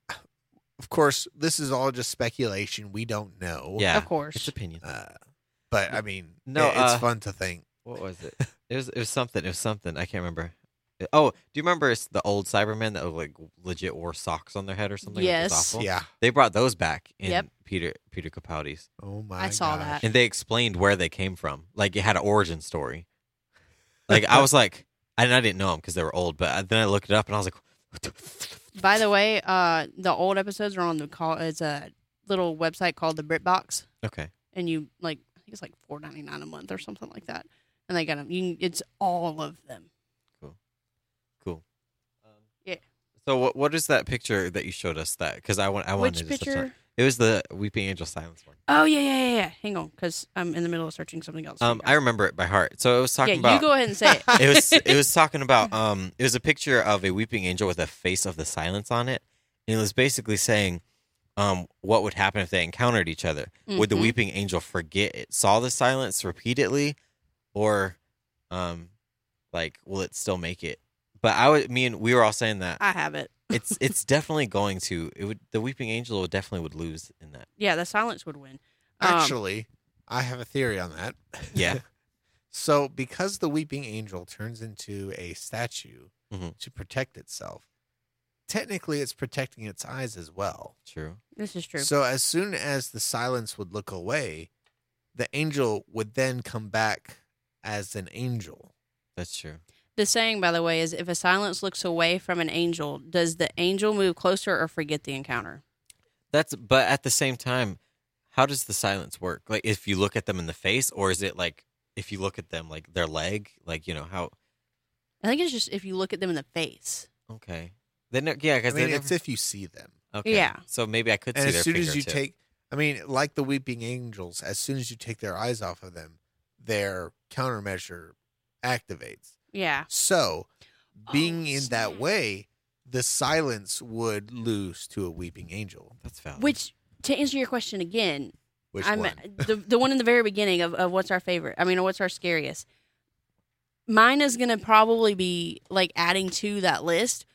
S5: of course, this is all just speculation. We don't know.
S3: Yeah,
S4: Of course.
S3: Ah, It's opinion.
S5: Uh, but I mean,
S3: No,
S5: no, it's
S3: uh,
S5: fun to think.
S3: What was it? It was it was something. It was something. I can't remember. Oh, do you remember it's the old Cybermen that like legit wore socks on their head or something? It was
S4: Yes.
S3: awful?
S5: Yeah.
S3: They brought those back in
S4: Yep.
S3: Peter Peter Capaldi's.
S5: Oh my!
S4: I saw
S5: gosh.
S4: that.
S3: and they explained where they came from. Like it had an origin story. Like I was like, and I didn't know them because they were old. But I- then I looked it up and I was like, what the-
S4: By the way, uh, the old episodes are on the call. It's a little website called the BritBox,
S3: okay,
S4: and you like I think it's like four ninety nine a month or something like that. And they got them. You can, it's all of them.
S3: cool. Um,
S4: Yeah.
S3: So what what is that picture that you showed us? That because I want I wanted
S4: Which
S3: to touch on-
S4: picture?
S3: It was the Weeping Angel Silence one.
S4: Oh yeah, yeah, yeah, yeah. Hang on, because I'm in the middle of searching something else.
S3: Um, I remember it by heart. So it was
S4: yeah,
S3: talking about.
S4: you go ahead and say it.
S3: it was it was talking about um it was a picture of a weeping angel with a face of the silence on it and it was basically saying um what would happen if they encountered each other would the
S4: Mhm.
S3: weeping angel forget it saw the silence repeatedly or um like will it still make it but i would me and we were all saying that
S4: I have it.
S3: it's it's definitely going to it would the weeping angel would definitely would lose in that
S4: Yeah, the silence would win. Um,
S5: Actually, I have a theory on that.
S3: yeah
S5: So, because the weeping angel turns into a statue
S3: Mhm.
S5: to protect itself, technically it's protecting its eyes as well.
S3: true
S4: this is true.
S5: So, as soon as the silence would look away, the angel would then come back as an angel.
S3: that's true
S4: The saying, by the way, is if a silence looks away from an angel, does the angel move closer or forget the encounter?
S3: That's but at the same time, how does the silence work? Like if you look at them in the face, or is it like if you look at them like their leg, like you know how?
S4: I think it's just if you look at them in the face.
S3: Okay, then yeah,
S5: I
S3: because
S5: mean, it's if you see them.
S3: okay.
S4: yeah.
S3: So maybe I could
S5: And
S3: see
S5: as
S3: their
S5: soon as you
S3: fingertip.
S5: take, I mean, like the weeping angels, as soon as you take their eyes off of them, their countermeasure activates.
S4: Yeah.
S5: So,
S4: Oh,
S5: being in that
S4: snap.
S5: way, the silence would lose to a weeping angel.
S3: that's valid.
S4: Which to answer your question again,
S5: Which
S4: I'm
S5: one?
S4: the the one in the very beginning of, of what's our favorite. I mean, what's our scariest? Mine is gonna probably be like adding to that list.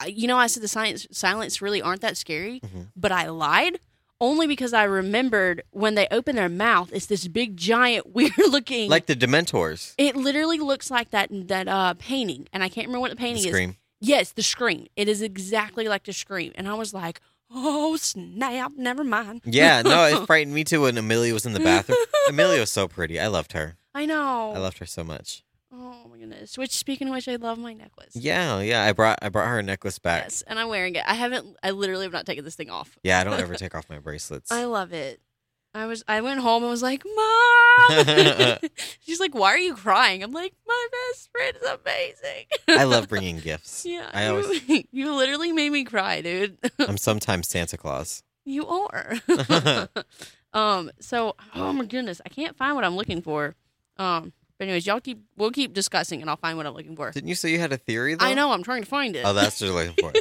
S4: I- You know, I said the science silence really aren't that scary,
S5: Mm-hmm.
S3: Mhm.
S4: but I lied only because I remembered when they open their mouth, it's this big, giant, weird looking.
S3: like the Dementors.
S4: it literally looks like that that uh, painting, and I can't remember what the
S3: The
S4: painting is.
S3: scream.
S4: Yes, the scream. It is exactly like the scream, and I was like, "Oh snap! Never mind."
S3: Yeah, no, it frightened me too when Amelia was in the bathroom. Amelia was so pretty. I loved her.
S4: I know.
S3: I loved her so much.
S4: Oh my goodness! Which, speaking of which, I love my necklace.
S3: Yeah, yeah. I brought I brought her a necklace back.
S4: Yes, and I'm wearing it. I haven't. I literally have not taken this thing off.
S3: Yeah, I don't ever take off my bracelets.
S4: I love it. I was. I went home and was like, "Mom," she's like, "Why are you crying?" I'm like, "My best friend is amazing."
S3: I love bringing gifts.
S4: Yeah,
S3: I
S4: you,
S3: always
S4: you literally made me cry, dude.
S3: I'm sometimes Santa Claus.
S4: you are. um. So, oh my goodness, I can't find what I'm looking for. Um. But anyways, y'all keep. We'll keep discussing, and I'll find what I'm looking for.
S3: Didn't you say you had a theory? Though?
S4: I know. I'm trying to find it.
S3: Oh, that's what you're looking for.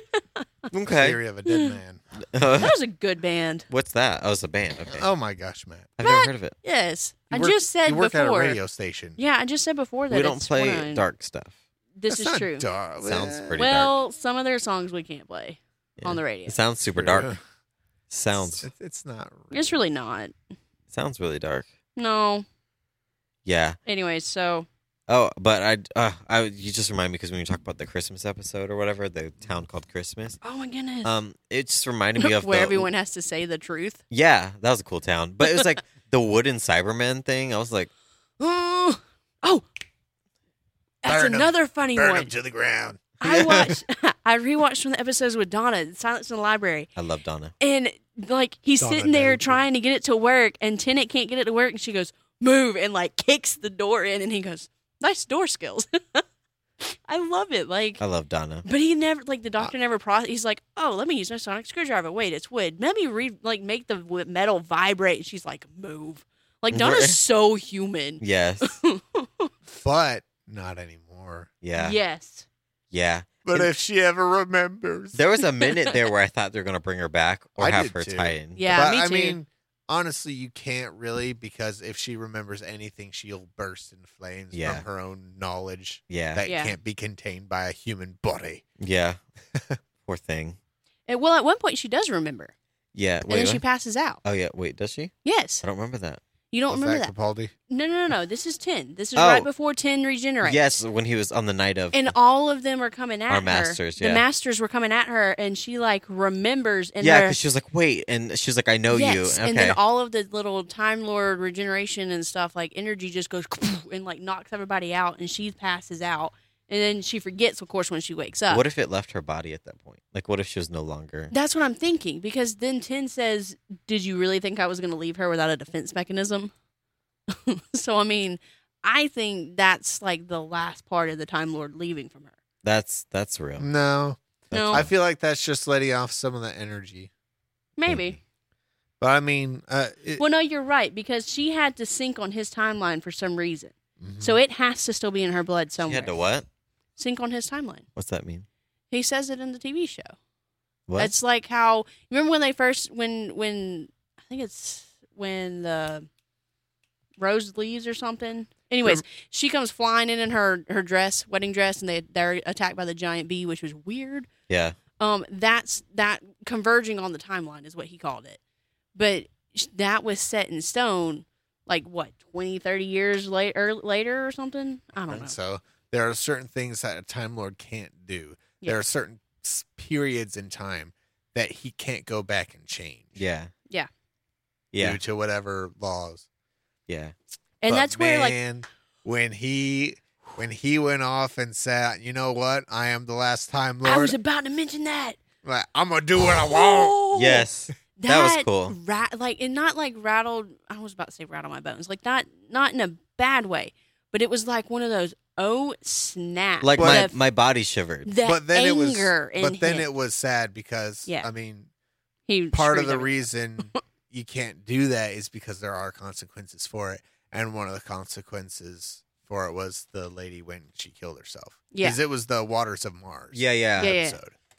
S3: Okay.
S5: Theory of a Dead Man.
S4: That was a good band.
S3: What's that? Oh, it's a band. Okay.
S5: Oh my gosh, Matt.
S3: I've never heard of it.
S4: Yes,
S5: You
S4: I
S5: work-
S4: just said
S5: you work at a
S4: before.
S5: radio station.
S4: Yeah, I just said before that
S3: We don't
S4: it's
S3: play
S4: one of-
S3: dark stuff.
S4: This
S5: That's
S4: is
S5: not
S4: true.
S5: dark.
S3: Sounds
S5: Eh,
S3: pretty dark.
S4: Well, some of their songs we can't play
S3: Yeah.
S4: on the radio.
S3: It sounds super dark.
S5: Yeah.
S3: Sounds
S5: It's, it's not.
S4: It's really not.
S3: sounds really dark.
S4: No.
S3: Yeah.
S4: Anyways, so
S3: Oh, but I, uh, I you just remind me because when you talk about the Christmas episode or whatever, the town called Christmas.
S4: oh my goodness,
S3: Um, it just reminded me of
S4: where
S3: the-
S4: everyone has to say the truth.
S3: Yeah, that was a cool town, but it was like the wooden Cybermen thing. I was like,
S4: Oh, oh, that's
S5: Burn 'em.
S4: another funny
S5: burn
S4: one.
S5: him to the ground.
S4: I watched. I rewatched one of the episodes with Donna, Silence in the Library,
S3: I love Donna.
S4: and like he's
S5: Donna
S4: sitting there
S5: Dave.
S4: trying to get it to work, and Tennant can't get it to work, and she goes move and like kicks the door in, and he goes nice door skills. I love it. Like
S3: I love Donna.
S4: But he never, like, the doctor never processed. He's like, oh, let me use my sonic screwdriver. Wait, it's wood. Let me re- like make the w- metal vibrate. And she's like, move. Like Donna's
S3: Right.
S4: so human.
S3: Yes.
S5: But not anymore.
S3: Yeah. Yeah.
S4: Yes.
S5: But if she ever remembers.
S3: There was a minute there where I thought they were gonna bring her back or
S5: I
S3: have
S5: did
S3: her
S5: too.
S3: tie in.
S4: Yeah,
S5: but
S4: me
S5: I
S4: too.
S5: mean, honestly, you can't really because if she remembers anything, she'll burst in flames
S3: Yeah.
S5: from her own knowledge
S3: Yeah.
S5: that
S4: Yeah.
S5: can't be contained by a human body.
S3: yeah. Poor thing.
S4: And, Eh, well, at one point she does remember,
S3: Yeah. Wait.
S4: and then she
S3: what?
S4: passes out.
S3: oh yeah. Wait. Does she?
S4: Yes,
S3: I don't remember that.
S4: you don't
S5: Was
S4: remember that.
S5: Capaldi?
S4: No, no, no, no. This is ten. This is
S3: Oh.
S4: right before ten regenerates.
S3: Yes, when he was on the night of.
S4: And all of them are coming at
S3: Our
S4: her.
S3: masters, yeah.
S4: The masters were coming at her, and she like remembers. And
S3: yeah,
S4: her-
S3: because she was like, "Wait," and she was like, "I know
S4: yes,
S3: you." Okay.
S4: and then all of the little Time Lord regeneration and stuff, like energy just goes and like knocks everybody out, and she passes out, and then she forgets, of course, when she wakes up.
S3: what if it left her body at that point? Like, what if she was no longer?
S4: That's what I'm thinking because then Ten says, "Did you really think I was going to leave her without a defense mechanism?" so I mean, I think that's like the last part of the Time Lord leaving from her.
S3: That's that's real.
S4: Mm,
S5: No.
S3: That's
S4: No.
S3: real.
S5: I feel like that's just letting off some of the energy.
S4: Maybe.
S5: But I mean, uh, it,
S4: Well, no, you're right because she had to sync on his timeline for some reason,
S5: Mhm.
S4: so it has to still be in her blood
S3: Mm-hmm. She
S4: somewhere.
S3: had to what?
S4: Sync on his timeline.
S3: What's that mean?
S4: He says it in the TV show.
S3: What?
S4: It's like how remember when they first when when I think it's when the rose leaves or something. Anyways, she comes flying in in her her dress, wedding dress, and they they're attacked by the giant bee, which was weird.
S3: yeah.
S4: Um, that's that converging on the timeline is what he called it, but sh- that was set in stone. Like what 20, 30 years later, later or something? I don't know.
S5: And so there are certain things that a Time Lord can't do.
S4: Yeah.
S5: There are certain s- periods in time that he can't go back and change
S3: Yeah.
S4: Yeah.
S3: Yeah.
S5: due to whatever laws.
S3: Yeah.
S4: And
S5: But
S4: that's where like
S5: man, when he when he went off and said, "You know what? I am the last Time
S4: I was Oh,
S5: Lord.
S4: about to mention that.
S5: Like, I'm gonna do what I want."
S3: Yes.
S4: that,
S3: That was cool.
S4: Ra- like and not like rattled. I was about to say rattle my bones. Like not not in a bad way, but it was like one of those oh snap.
S3: Like
S5: But
S3: my,
S4: the,
S3: my body shivered.
S4: the
S5: But then it was.
S4: anger in
S5: But then
S4: him.
S5: it was sad because
S4: Yeah.
S5: I mean,
S4: he
S5: part of
S4: screwed
S5: the
S4: everything.
S5: reason you can't do that is because there are consequences for it. And one of the consequences for it was the lady when she killed herself.
S4: Yeah.
S5: Because it was the Waters of Mars
S3: Yeah. Yeah.
S4: Yeah,
S3: Yeah.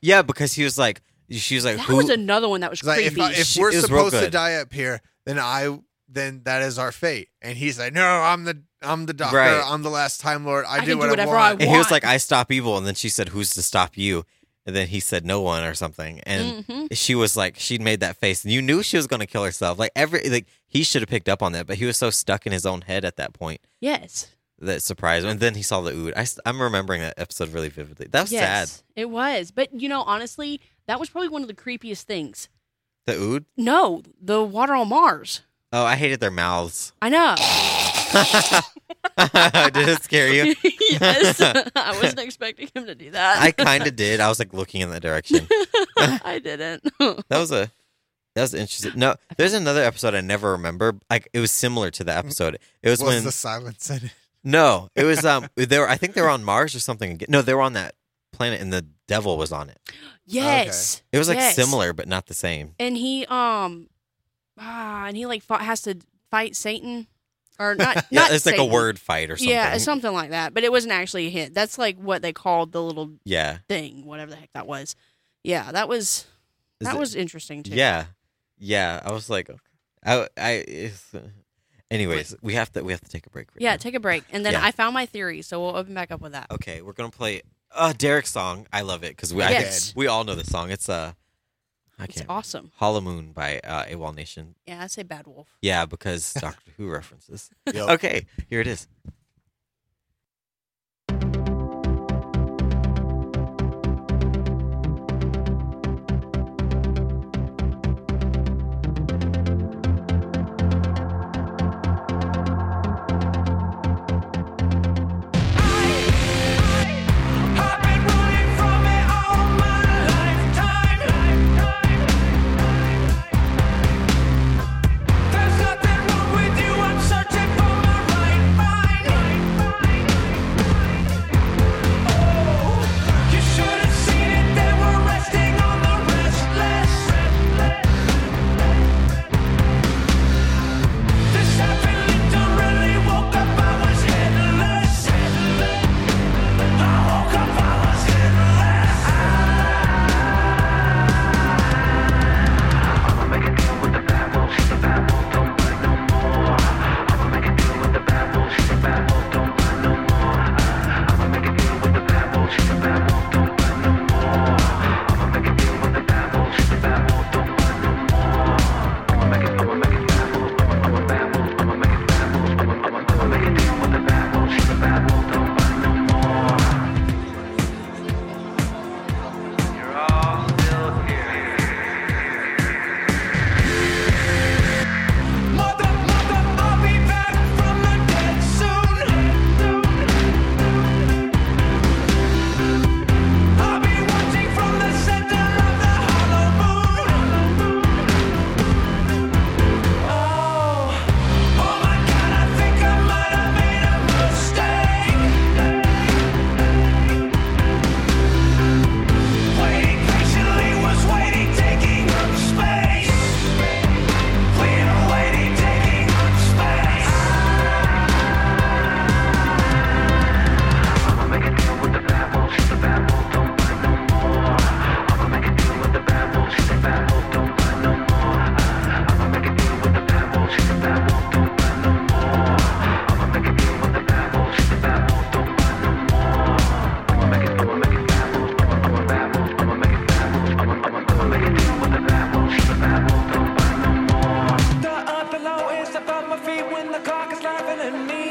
S4: yeah.
S5: episode.
S3: because he was like, she was like,
S4: that
S3: who?
S4: was another one that was
S5: It's like, if,
S4: creepy.
S5: I- if
S3: She-
S5: we're
S3: it was real
S5: supposed to
S3: good.
S5: die up here, then I then that is our fate. And he's like, No, I'm the I'm the doctor.
S3: Right.
S5: I'm the last Time Lord.
S4: I
S5: I, do,
S4: can do
S5: what
S4: whatever I
S5: I want.
S3: and he was
S4: Why?
S3: like, I stop evil. And then she said, who's to stop you? And then he said, no one or something. And
S4: Mhm.
S3: she was like, she made that face. And you knew she was going to kill herself. Like, every, like, he should have picked up on that, but he was so stuck in his own head at that point
S4: yes,
S3: that surprised him. And then he saw the ood. I, am remembering that episode really vividly. That was
S4: yes,
S3: sad.
S4: it was. But you know, honestly, that was probably one of the creepiest things.
S3: The ood?
S4: No, the water on Mars.
S3: Oh, I hated their mouths.
S4: I know.
S3: Did it scare you?
S4: yes, I wasn't expecting him to do that.
S3: I kind of did. I was like looking in that direction.
S4: I didn't.
S3: That was a that was interesting. No, there's another episode I never remember. Like it was similar to the episode. It was
S5: Was
S3: when
S5: the silence in it?
S3: no, it was um they were I think they were on Mars or something. again. No, they were on that planet and the devil was on it.
S4: yes,
S3: It was like
S4: Yes.
S3: similar but not the same.
S4: and he um, ah, and he like fought, has to fight Satan or not?
S3: Yeah,
S4: not
S3: it's like a
S4: Satan.
S3: word fight or something.
S4: Yeah, it's something like that. But it wasn't actually a hit. That's like what they called the little
S3: yeah.
S4: thing, whatever the heck that was. yeah, that was
S3: Is
S4: that
S3: it-
S4: was interesting too.
S3: Yeah, yeah. I was like, I, I. It's, anyways, we have to we have to take a break. right
S4: Yeah,
S3: now.
S4: take a break. And then
S3: Yeah. Oh,
S4: I found my theory, so we'll open back up with that.
S3: okay, we're gonna play uh Derek's song. I love it because we I think
S4: Yes.
S3: we all know the song. It's uh, I
S4: It's
S3: can't.
S4: awesome.
S3: Hollow Moon by uh, AWOL Nation.
S4: Yeah, I say Bad Wolf.
S3: Yeah, because Doctor Who references.
S5: Yep.
S3: Okay, here it is.
S6: Headless. Oh, I woke up, I was headless. Mother, mother, I'll be back from the dead soon. I'll be watching from the center of the hollow moon. Oh, oh my God, I think I might have made a mistake. Waiting patiently was waiting, taking up space. We're waiting, taking up space. The earth below is above my feet when the clock is laughing at me.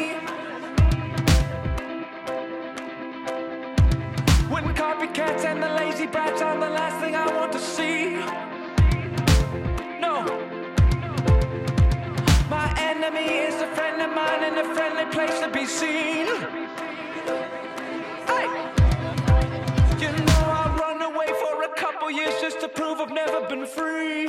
S6: When copycats and the lazy brats are the last thing I want to see. No. My enemy is a friend of mine in a friendly place to be seen. Hey! You know I run away for a couple years just to prove I've never been free.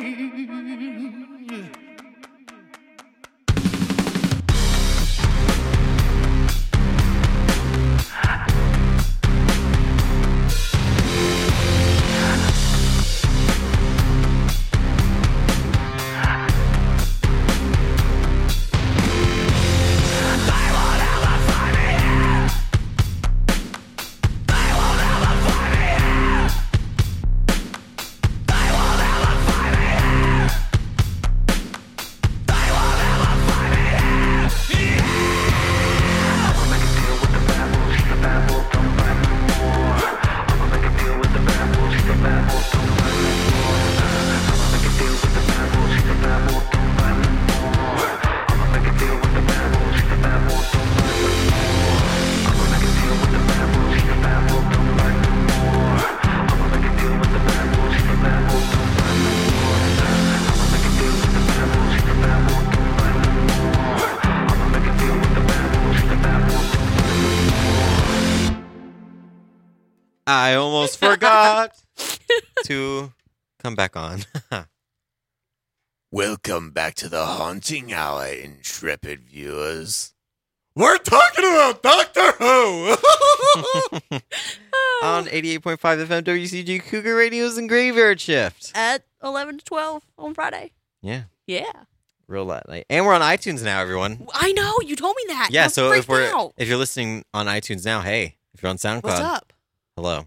S3: I almost forgot to come back on.
S5: Welcome back to the haunting hour, intrepid viewers. We're talking about Doctor Who.
S3: on 88.5 FM WCG Cougar Radio's and Graveyard Shift.
S4: At eleven to twelve on Friday.
S3: Yeah,
S4: Yeah.
S3: real late night. And we're on iTunes now, everyone.
S4: I know, you told me that.
S3: Yeah,
S4: I'm
S3: so if
S4: freaked
S3: we're
S4: out.
S3: if you're listening on iTunes now, hey, if you're on SoundCloud,
S4: What's up?
S3: hello.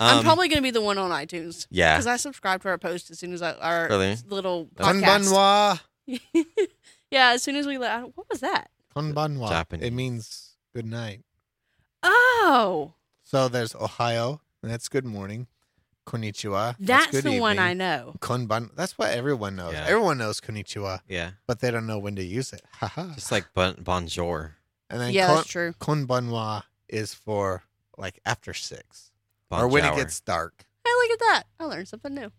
S4: I'm
S3: Um,
S4: probably going to be the one on iTunes
S3: yeah.
S4: because I subscribe to our post as soon as I, our
S3: Really?
S4: little podcast.
S5: Konbanwa.
S4: yeah, as soon as we let. uh, What was that?
S5: Konbanwa.
S3: Japanese.
S5: It means good night.
S4: Oh,
S5: So there's Ohio, and that's good morning. Konnichiwa.
S4: that's,
S5: good
S4: the one I
S5: evening.
S4: know.
S5: Konban. That's what everyone knows.
S3: Yeah.
S5: Everyone knows konnichiwa,
S3: Yeah.
S5: but they don't know when to use it. Haha.
S3: Just like bon- bonjour.
S5: And then
S4: yeah,
S5: kon-
S4: that's true.
S5: konbanwa is for like after six
S3: Bon
S5: or when
S3: jour.
S5: it gets dark.
S4: Hey, look at that! I learned something new.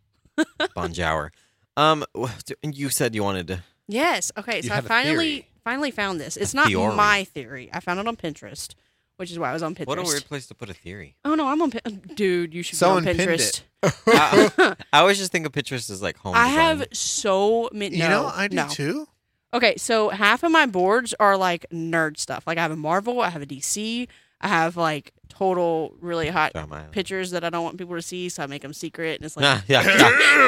S3: bonjour. Um, wh- d- and you said you wanted to.
S4: Yes. Okay.
S5: You
S4: So I
S5: have a
S4: finally
S5: theory.
S4: finally found this. It's not
S3: theory.
S4: my theory. I found it on Pinterest, which is why I was on Pinterest.
S3: What a weird place to put a theory.
S4: Oh no, I'm on Pin- dude. You should
S5: Someone
S4: be on
S5: pinned
S4: Pinterest.
S3: I, I always just think of Pinterest as like home.
S4: I
S3: design.
S4: have so many. No,
S5: Oh you know, what I do
S4: no.
S5: too.
S4: Okay, so half of my boards are like nerd stuff. Like I have a Marvel, I have a DC, I have like total really hot
S3: Drama Island.
S4: pictures that I don't want people to see, so I make them secret, and it's like.
S3: Ah, yeah,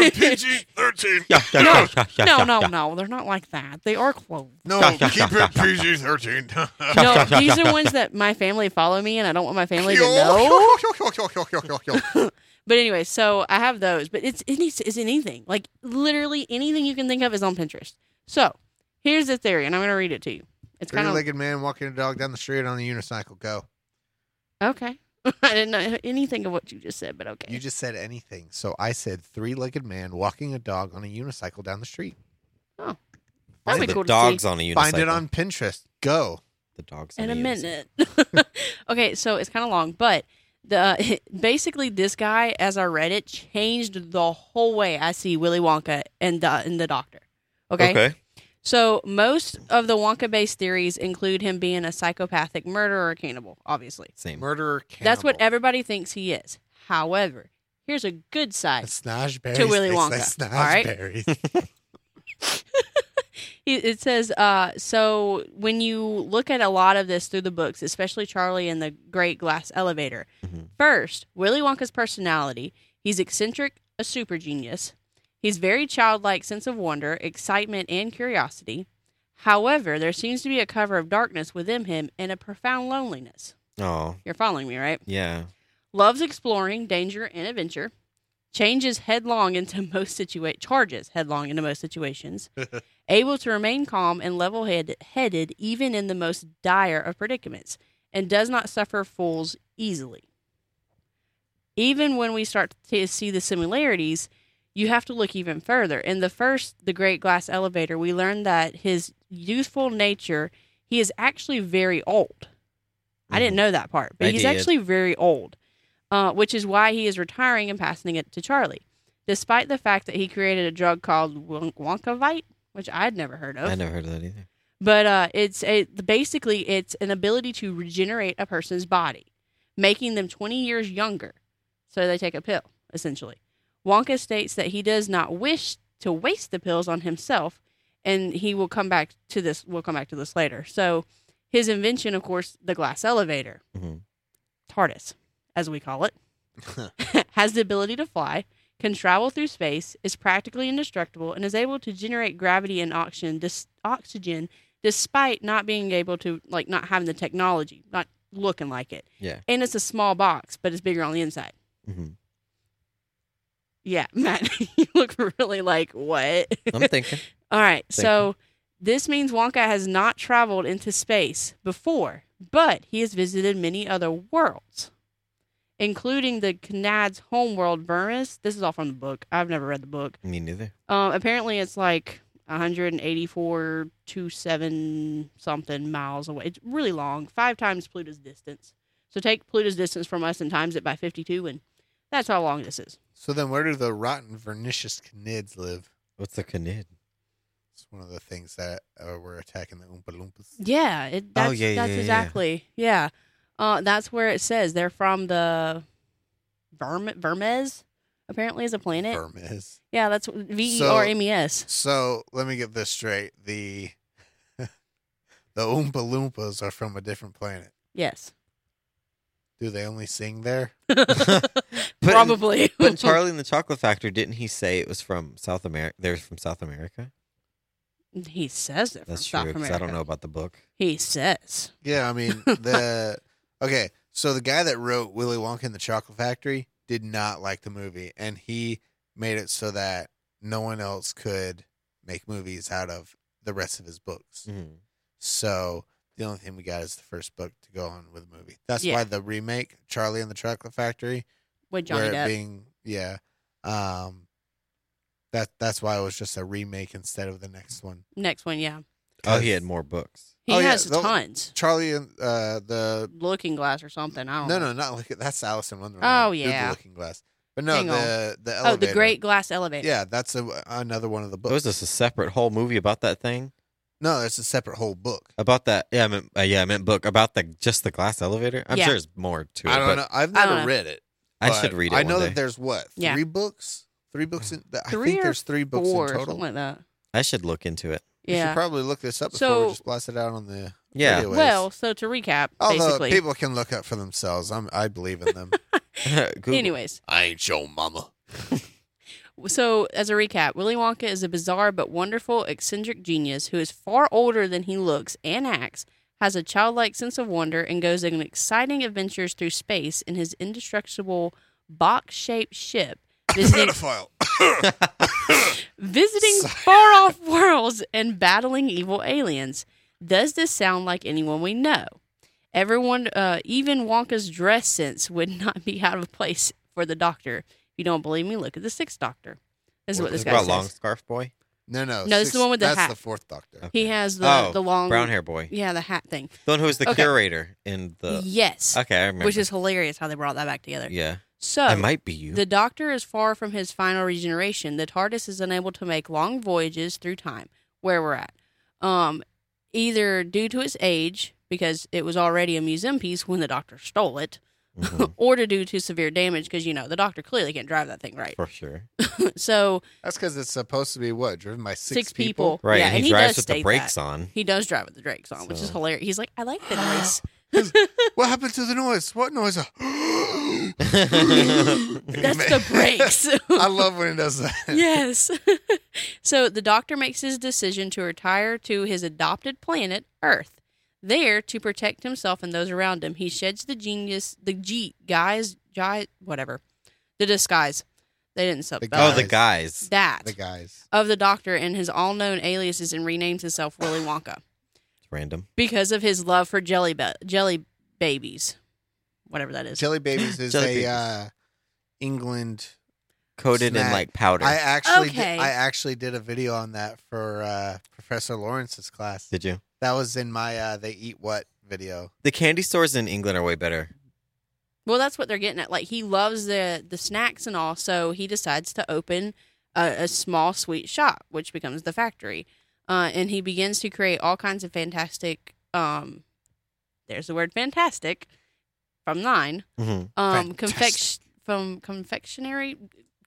S3: yeah,
S7: PG thirteen.
S3: yeah, yeah, yeah, yeah, yeah,
S4: No,
S3: yeah,
S4: no,
S3: yeah.
S4: no. They're not like that. They are clothes.
S7: No,
S3: Yeah, yeah,
S7: keep
S3: yeah,
S7: it PG thirteen.
S4: No, these are ones that my family follow me, and I don't want my family to know.
S7: No.
S4: But anyway, so I have those. But it's it needs is anything like literally anything you can think of is on Pinterest. So here's the theory, and I'm gonna read it to you. It's kind of
S5: Three-legged man walking a dog down the street on a unicycle. Go.
S4: okay. I didn't know anything of what you just said, but okay.
S5: You just said anything, so I said three-legged man walking a dog on a unicycle down the street.
S4: That'd
S3: The
S4: be cool
S3: dogs
S4: to
S3: on a unicycle.
S5: Find it on Pinterest. Go.
S3: the dogs
S4: see.
S3: on
S4: In a
S3: unicycle.
S4: minute. okay, so it's kind of long, but the basically this guy, as I read it, changed the whole way I see Willy Wonka and the and the Doctor. Okay. So most of the Wonka-based theories include him being a psychopathic murderer or cannibal, obviously.
S3: Same.
S5: Murderer. Cannibal.
S4: That's what everybody thinks he is. However, here's a good side.
S5: Snodge berries.
S4: To Willy
S5: taste
S4: Wonka.
S5: Like
S4: All right.
S5: berries.
S4: It it says, uh, so when you look at a lot of this through the books, especially Charlie and the Great Glass Elevator,
S3: Mhm.
S4: first, Willy Wonka's personality, he's eccentric, a super genius. He's very childlike sense of wonder, excitement, and curiosity. However, there seems to be a cover of darkness within him and a profound loneliness.
S3: Oh,
S4: You're following me, right?
S3: yeah.
S4: loves exploring danger and adventure changes headlong into most situa- charges headlong into most situations able to remain calm and level head- headed even in the most dire of predicaments and does not suffer fools easily even when we start to see the similarities you have to look even further in the first the great glass elevator we learn that his youthful nature he is actually very old i didn't know that part but
S3: Mm-hmm. I
S4: he's
S3: did.
S4: actually very old uh, which is why he is retiring and passing it to Charlie, despite the fact that he created a drug called Won- Wonkavite, which I'd never heard of.
S3: I never heard of that either.
S4: But uh, it's a, basically it's an ability to regenerate a person's body, making them 20 years younger. So they take a pill essentially. Wonka states that he does not wish to waste the pills on himself, and he will come back to this. We'll come back to this later. So his invention, of course, the glass elevator,
S3: Mhm.
S4: TARDIS, as we call it, has the ability to fly. Can travel through space, is practically indestructible, and is able to generate gravity and oxygen, dis- oxygen despite not being able to like not having the technology, not looking like it.
S3: Yeah.
S4: And it's a small box, but it's bigger on the inside.
S3: hmm
S4: Yeah, Matt, you look really like what?
S3: I'm thinking.
S4: All right, so this means Wonka has not traveled into space before, but he has visited many other worlds, including the Knad's homeworld, Vermis. This is all from the book. I've never read the book.
S3: Me neither.
S4: Um, apparently, it's like 184 to seven something miles away. It's really long, five times Pluto's distance. So take Pluto's distance from us and times it by 52, and that's how long this is.
S5: So then, where do the rotten, vernicious canids live?
S3: What's a canid?
S5: It's one of the things that uh, we're attacking the Oompa Loompas.
S4: Yeah,
S5: Oh,
S4: it, that's,
S3: yeah,
S4: that's
S3: yeah, yeah.
S4: exactly. Yeah, Uh, that's where it says they're from the Verm- Vermes. Apparently, is a planet.
S5: Verm is.
S4: yeah, that's V E R M E S.
S5: So let me get this straight: the the Oompa Loompas are from a different planet.
S4: Yes,
S5: Do they only sing there?
S3: But-
S4: probably.
S3: But Charlie in the Chocolate Factory, didn't he say it was from South America? They're from South America.
S4: he says it.
S3: That's
S4: from
S3: true.
S4: South
S3: Because I don't
S4: America.
S3: know about the book.
S4: He says.
S5: Yeah, I mean the okay. So the guy that wrote Willy Wonka and the Chocolate Factory did not like the movie, and he made it so that no one else could make movies out of the rest of his books.
S4: Mm.
S3: Mhm.
S5: So the only thing we got is the first book to go on with the movie. That's
S4: Yeah.
S5: why the remake, Charlie and the Chocolate Factory,
S4: with Johnny
S5: where it
S4: Depp.
S5: being yeah, um, that that's why it was just a remake instead of the next one.
S4: Next one, yeah.
S3: Oh, he had more books.
S4: He
S5: Oh, yeah,
S4: has
S5: those-
S4: tons.
S5: Charlie and uh, the
S4: Looking Glass or something. I don't
S5: no
S4: know.
S5: no not like that's Alice in Wonderland.
S4: Oh,
S5: Dude, the
S4: yeah.
S5: Looking Glass. But no
S4: Hang
S5: the the
S4: Oh,
S5: elevator.
S4: the Great Glass Elevator.
S5: Yeah, that's a, another one of the
S3: There was
S5: books.
S3: just a separate whole movie about that thing.
S5: no, it's a separate whole book.
S3: About that, yeah, I meant, uh, yeah, I meant book about the just the glass elevator. I'm
S4: Yeah.
S3: sure it's more to it.
S5: I don't
S3: but
S5: know. I've
S4: I
S5: never
S4: don't know.
S5: read it.
S3: I should
S5: but
S3: read it.
S5: I know
S3: one
S5: that
S3: day.
S5: there's what three
S4: Yeah.
S5: books, three books in. I
S4: Three
S5: think
S4: or
S5: there's three books
S4: Four
S5: in
S4: or
S5: total.
S4: something like that.
S3: I should look into it.
S5: We
S4: Yeah.
S5: should probably look this up before
S4: So-
S5: we just blast it out on the.
S3: Yeah.
S5: radio waves.
S4: Well, so to recap,
S5: although
S4: basically.
S5: people can look up for themselves, I'm, I believe in them.
S3: Google.
S4: Anyways,
S5: I ain't your mama.
S4: so as a recap, Willy Wonka is a bizarre but wonderful eccentric genius who is far older than he looks and acts, has a childlike sense of wonder, and goes on exciting adventures through space in his indestructible box-shaped ship, visiting,
S5: Pedophile.
S4: visiting far-off worlds and battling evil aliens. Does this sound like anyone we know? Everyone, uh, even Wonka's dress sense would not be out of place for the Doctor. If you don't believe me, look at the Sixth Doctor. This is what this
S3: It's
S4: guy
S3: about
S4: says.
S3: long scarf boy,
S5: No, no.
S4: No, this is the one with the
S5: that's
S4: hat.
S5: the fourth doctor.
S3: Okay.
S4: He has the
S3: Oh,
S4: the long
S3: brown hair boy,
S4: Yeah, the hat thing.
S3: the one who was the
S4: Okay.
S3: curator in the.
S4: yes,
S3: Okay, I remember.
S4: which is hilarious how they brought that back together.
S3: yeah,
S4: So
S3: it might be you.
S4: The doctor is far from his final regeneration. The TARDIS is unable to make long voyages through time, where we're at. Um, either due to its age, because it was already a museum piece when the doctor stole it,
S3: Mhm,
S4: or to due to severe damage, because, you know, the doctor clearly can't drive that thing right.
S3: for sure.
S4: so,
S5: That's because it's supposed to be what driven by six,
S4: six, people.
S3: Right,
S4: Yeah,
S3: and he,
S4: and he
S3: drives
S4: does
S3: with the
S4: state
S3: brakes
S4: that.
S3: on.
S4: He does drive with the Drakes on, which is
S3: So-
S4: hilarious. He's like, I like the noise.
S5: What happened to the noise? What noise? I
S4: That's the brakes.
S5: love when it does that.
S4: yes. so the doctor makes his decision to retire to his adopted planet, Earth. There, to protect himself and those around him, he sheds the genius, the G, guys, gi, whatever, the disguise. They didn't sub
S3: oh, the
S5: guys.
S3: guys.
S4: that
S5: The guys.
S4: of the doctor and his all-known aliases, and renames himself Willy Wonka
S3: It's random.
S4: because of his love for jelly be- jelly babies, whatever that is.
S5: Jelly babies is
S3: Jelly
S5: a
S3: Babies.
S5: Uh, England.
S3: Coated in
S5: Snack.
S3: like powder.
S5: I actually,
S4: Okay.
S5: did, I actually did a video on that for uh, Professor Lawrence's class.
S3: Did you?
S5: That was in my uh, "They Eat What" video.
S3: The candy stores in England are way better.
S4: Well, that's what they're getting at. Like he loves the the snacks and all, so he decides to open a, a small sweet shop, which becomes the factory. Uh, and he begins to create all kinds of fantastic. Um, there's the word fantastic from nine.
S3: hmm
S4: Um, confection
S5: Fantastic.
S4: from confectionery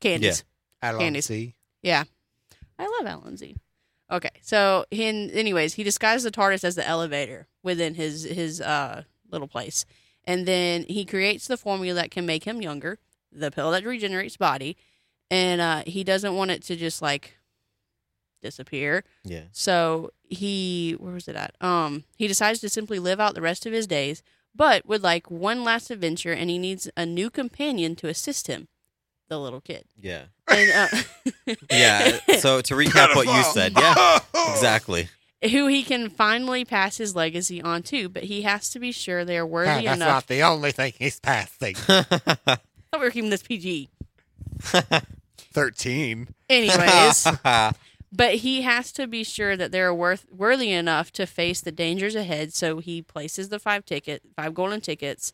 S4: candies.
S5: I don't
S4: Candies.
S5: see.
S4: I love Alan Z. Okay, so he, anyways, he disguised the TARDIS as the elevator within his his uh, little place, and then he creates the formula that can make him younger, the pill that regenerates body, and uh, he doesn't want it to just like disappear.
S3: Yeah.
S4: So he, where was it at? Um, he decides to simply live out the rest of his days, but would like one last adventure, and he needs a new companion to assist him, the little kid.
S3: Yeah.
S4: And, uh,
S3: Yeah. So to recap what you said, yeah, exactly.
S4: who he can finally pass his legacy on to, but he has to be sure they are worthy
S5: That's
S4: enough.
S5: not the only thing he's passing.
S4: I thought we were keeping this PG.
S5: Thirteen.
S4: Anyways, but he has to be sure that they're worth worthy enough to face the dangers ahead, so he places the five ticket, five golden tickets,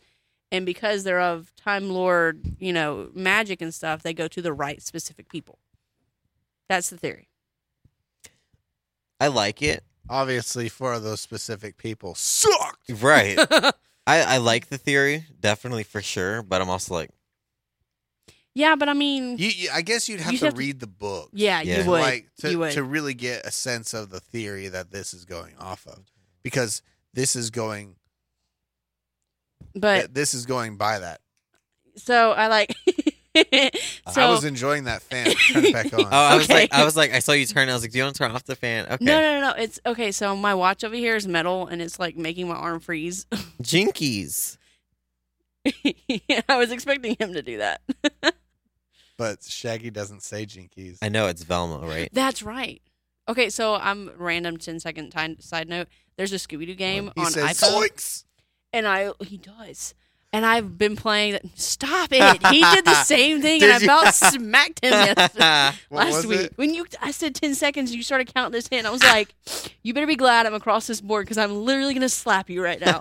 S4: and because they're of Time Lord, you know, magic and stuff, they go to the right specific people. That's the theory.
S3: I like it.
S5: Obviously, four of those specific people sucked.
S3: Right. I, I like the theory, definitely for sure, but I'm also like,
S4: Yeah, but I mean,
S5: You, you, I guess you'd have
S4: You'd
S5: to
S4: have to-
S5: read the book.
S4: yeah,
S3: Yeah.
S4: you would.
S5: like to,
S4: you would.
S5: to really get a sense of the theory that this is going off of, because this is going
S4: but
S5: this is going by that.
S4: so I like. so
S5: I was enjoying that fan. Turn it back on.
S3: oh, I was like,
S4: Okay.
S3: I was like, I saw you turn. I was like, do you want to turn off the fan? Okay,
S4: No, no, no, no. It's okay. So my watch over here is metal, and it's like making my arm freeze.
S3: jinkies.
S4: I was expecting him to do that.
S5: But Shaggy doesn't say jinkies.
S3: I know it's Velma, right?
S4: That's right. Okay, so I'm random 10 second time, side note. There's a Scooby Doo game
S5: He
S4: on
S5: says
S4: iPhone,
S5: zoinks.
S4: and I he does, and I've been playing. that- Stop it! He did the same thing, and I
S3: Did you?
S4: about smacked him yesterday.
S5: What
S4: last
S5: was
S4: week
S5: it?
S4: when you I said 10 seconds you started counting this in I was like you better be glad I'm across this board because I'm literally gonna slap you right now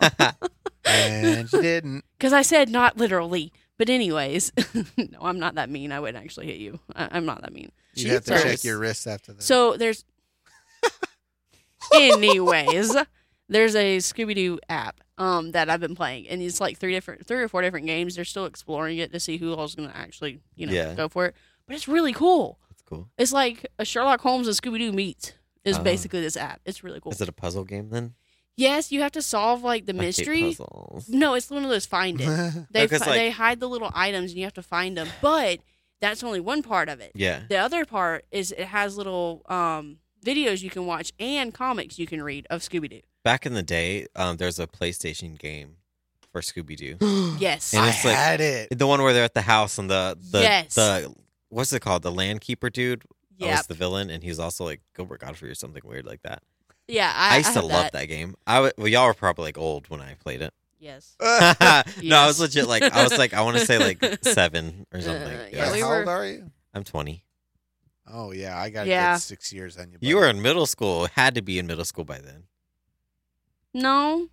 S5: And she didn't.
S4: because I said not literally but anyways no I'm not that mean I wouldn't actually hit you I- I'm not that mean
S5: You have to check
S4: Jesus.
S5: your wrists after that.
S4: so there's anyways there's a Scooby-Doo app um that I've been playing and it's like three different three or four different games they're still exploring it to see who all's gonna actually you know
S3: Yeah.
S4: go for it but it's really cool
S3: That's cool.
S4: it's like a Sherlock Holmes and Scooby Doo meet is
S3: Oh.
S4: basically this app. It's really cool.
S3: Is it a puzzle game then?
S4: yes, you have to solve like the
S3: I hate
S4: mystery.
S3: puzzles.
S4: No, it's one of those find it. They
S3: Because,
S4: fi-
S3: like-
S4: they hide the little items and you have to find them. But that's only one part of it.
S3: Yeah.
S4: The other part is it has little um, videos you can watch and comics you can read of Scooby Doo.
S3: Back in the day, um, there's a PlayStation game for Scooby Doo.
S4: Yes.
S3: And
S5: I
S3: it's like-
S5: had it.
S3: The one where they're at the house and the the
S4: Yes.
S3: the what's it called? The landkeeper dude Yeah.
S4: Yep.
S3: was the villain, and he was also like Gilbert Godfrey or something weird like that.
S4: yeah. I,
S3: I, used
S4: I
S3: to
S4: had
S3: love that game. I w- well, y'all were probably like old when I played it.
S4: Yes.
S3: no, I
S4: Yes.
S3: was legit like I was like I want to say like seven or something.
S4: Uh,
S3: yeah,
S4: yeah, we
S5: How
S4: were-
S5: old are you?
S3: I'm 20.
S5: Oh yeah, I got a
S4: Yeah.
S5: good six years on you.
S3: You
S5: buddy.
S3: were in middle school. Had to be in middle school by then.
S4: No.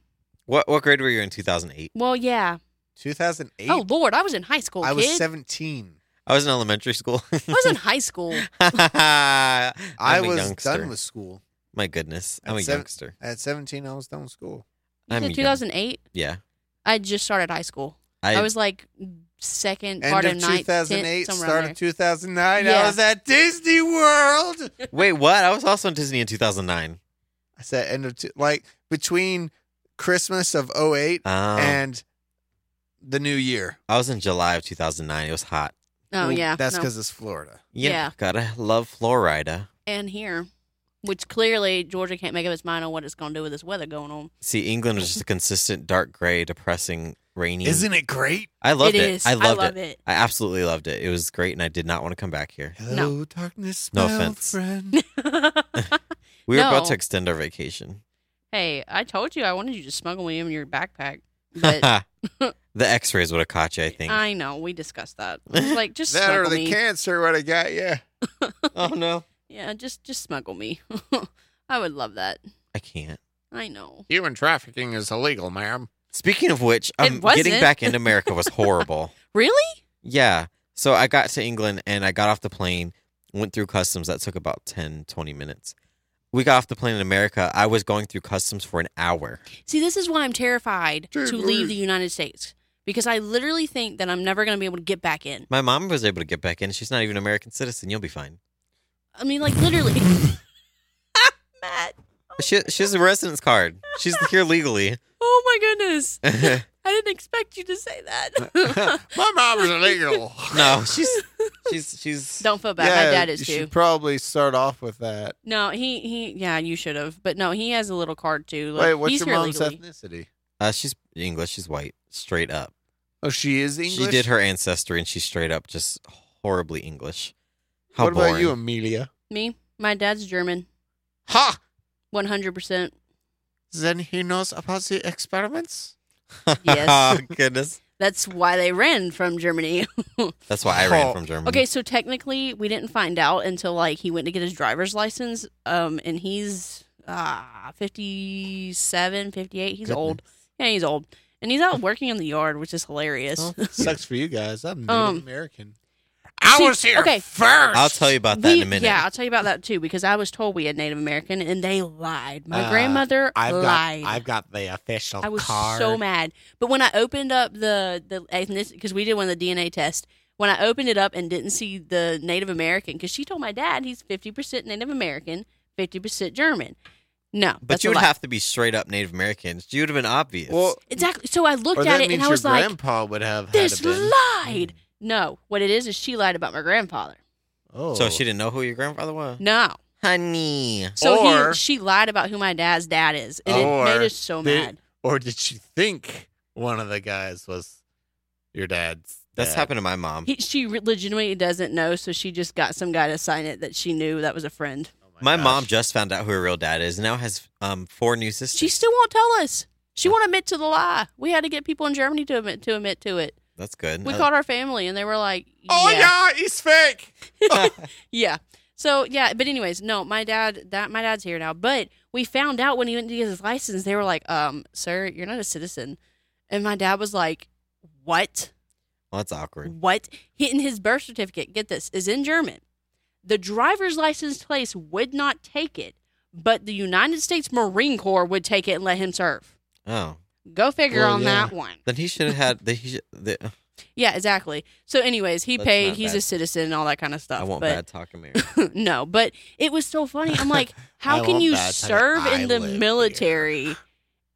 S3: What what grade were you in 2008?
S4: Well, yeah.
S5: 2008.
S4: Oh Lord, I was in high school.
S5: I was
S4: kid.
S5: 17.
S3: I was in elementary school.
S4: I was in high school.
S3: i
S5: I was done with school.
S3: My goodness, I'm
S5: At
S3: a
S5: seven-
S3: youngster.
S5: At 17, I was done with school.
S4: You
S3: I'm
S4: said
S3: young.
S4: 2008.
S3: Yeah,
S4: I just started high school. I, was like second part
S5: End
S4: of,
S5: of
S4: ninth,
S5: 2008,
S4: tenth, somewhere
S5: start
S4: around
S5: of 2009.
S4: Yeah.
S5: I was at Disney World.
S3: wait. What? I was also in Disney in 2009.
S5: I said end of two, like between Christmas of 08
S3: Um,
S5: and the new year.
S3: I was in July of 2009. It was hot.
S4: there. Oh
S5: Well,
S4: yeah,
S5: that's
S4: no.
S5: because it's Florida.
S3: Yeah,
S4: Yeah.
S3: gotta love Florida.
S4: and here, which clearly Georgia can't make up its mind on what it's gonna do with this weather going on.
S3: See, England was just a consistent dark gray, depressing, rainy.
S5: Isn't it great?
S3: I loved
S4: It
S3: it.
S4: is.
S3: I
S4: I
S3: loved
S4: love
S3: it.
S4: it.
S3: I absolutely loved it. It was great, and I did not want to come back here.
S5: Hello, darkness,
S3: No
S5: my old
S3: offense.
S5: friend.
S3: We were about
S4: No.
S3: to extend our vacation.
S4: hey, I told you I wanted you to smuggle me in your backpack, but
S3: the X-rays would have caught you. I think.
S4: I know we discussed that. I was like, just
S5: that or
S4: smuggle
S5: the
S4: me.
S5: cancer would have got you.
S3: oh no,
S4: yeah, just just smuggle me. I would love that.
S3: I can't.
S4: I know.
S5: Human trafficking is illegal, ma'am.
S3: Speaking of which, um,
S4: wasn't.
S3: getting back into America was horrible.
S4: Really?
S3: Yeah. So I got to England and I got off the plane, went through customs. That took about 10, 20 minutes. We got off the plane in America. I was going through customs for an hour.
S4: See, this is why I'm terrified to
S5: Terrified.
S4: leave the United States because I literally think that I'm never gonna be able to get back in.
S3: My mom was able to get back in. She's not even an American citizen. You'll be fine.
S4: I mean, like literally. Matt.
S3: She, she has a residence card. She's here legally.
S4: Oh my goodness.
S3: no,
S4: I didn't expect you to say that.
S5: My mom is illegal.
S3: she's she's she's
S4: Don't feel bad. My dad is
S5: you
S4: too.
S5: should probably start off with that.
S4: No, he he. Yeah, you should have. But no, he has a little card too. Like,
S5: Wait, what's
S4: he's
S5: your
S4: here
S5: mom's
S4: legally.
S5: ethnicity?
S3: uh, she's English. She's white, straight up.
S5: Oh, she is English.
S3: She did her ancestry and she's straight up just horribly English. How
S5: What
S3: boring.
S5: about you, Amelia?
S4: Me, my dad's German,
S5: Ha!
S4: one hundred percent.
S5: Then he knows about the experiments.
S4: Yes.
S3: oh, goodness.
S4: That's why they ran from Germany.
S3: That's why I ran
S5: Oh.
S3: from Germany.
S4: okay, so technically, we didn't find out until like he went to get his driver's license. Um, and he's ah 57, 58. He's
S3: Goodness.
S4: old. Yeah, he's old, and he's out working in the yard, which is hilarious.
S5: Sucks for you guys. I'm Native
S4: Um,
S5: American.
S4: I was here okay.
S5: first.
S3: I'll tell you about that
S4: We-
S3: in a minute.
S4: Yeah, I'll tell you about that too because I was told we had Native American and they lied. My
S5: Uh,
S4: grandmother
S5: I've
S4: lied.
S5: got. I've got the official
S4: I was
S5: card.
S4: so mad. But when I opened up the the ethnicity because we did one of the DNA tests. When I opened it up and didn't see the Native American, because she told my dad he's fifty percent Native American, fifty percent German. No,
S3: But
S4: that's a
S3: you would
S4: lie.
S3: have to be straight up Native Americans. You would have been obvious.
S5: Well,
S4: exactly. So I
S5: or
S4: looked at
S5: that
S4: it
S5: means
S4: and I
S5: your
S4: was like,
S5: grandpa would have had
S4: "This
S5: a been.
S4: lied." No, what it is is she lied about my grandfather.
S5: Oh,
S3: so she didn't know who your grandfather was?
S4: No,
S3: Honey.
S4: so
S5: Or-
S4: he, she lied about who my dad's dad is, and it
S5: Or
S4: made us so
S5: they-
S4: mad.
S5: Or did she think one of the guys was Your dad's.
S3: That's
S5: dad.
S3: happened to my mom.
S4: He, she re- legitimately doesn't know, so she just got some guy to sign it that she knew that was a friend.
S3: my
S5: Oh gosh.
S3: mom just found out who her real dad is and now has um four new sisters.
S4: She still won't tell us. She won't admit to the lie. We had to get people in Germany to admit to admit to it.
S3: That's good.
S4: We
S3: Uh,
S4: called our family, and they were like,
S5: Oh
S4: yeah.
S5: yeah, he's fake.
S4: Yeah. So yeah, but anyways, no, my dad that my dad's here now. But we found out when he went to get his license, they were like, um, sir, you're not a citizen. And my dad was like, What?
S3: well, that's awkward.
S4: What? He, and his birth certificate, get this, is in German. The driver's license place would not take it, but the United States Marine Corps would take it and let him serve.
S3: Oh,
S4: Go figure
S3: Well,
S4: on
S3: yeah.
S4: that one.
S3: then he should have had. The, he should, the,
S4: Yeah, exactly. So anyways, he
S3: That's
S4: paid,
S3: not
S4: he's
S3: bad.
S4: a citizen and all that kind of stuff.
S3: I want
S4: but
S3: bad talking marriage.
S4: no, but it was so funny. I'm like, how
S5: I
S4: can
S5: want
S4: you
S5: that.
S4: serve
S5: I
S4: in the
S5: live here.
S4: military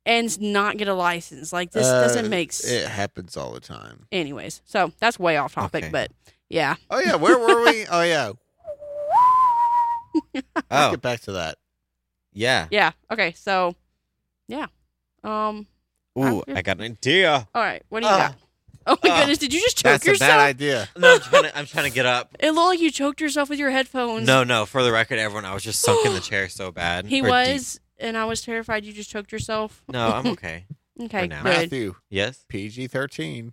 S4: and not get a license? Like this
S5: Uh,
S4: doesn't make sense.
S5: It happens all the time.
S4: Anyways, so that's way off topic,
S3: Okay.
S4: but yeah,
S5: Oh yeah, where were we? Oh yeah, let's
S3: Oh,
S5: get back to that.
S3: yeah.
S4: yeah, okay, so yeah, um,
S3: Ooh, I got an idea.
S4: all right, what do you
S3: Ah.
S4: got? Oh my
S3: Ah.
S4: goodness, did you just choke
S5: Uh, That's a
S4: yourself?
S5: bad idea.
S3: No, I'm trying, to, I'm trying to get up.
S4: It looked like you choked yourself with your headphones.
S3: No, no. For the record, everyone, I was just sunk in the chair so bad.
S4: he
S3: Or deep.
S4: was, and I was terrified you just choked yourself.
S3: No, I'm okay.
S4: Okay,
S3: For now.
S4: good.
S5: Matthew,
S3: Yes,
S5: PG thirteen.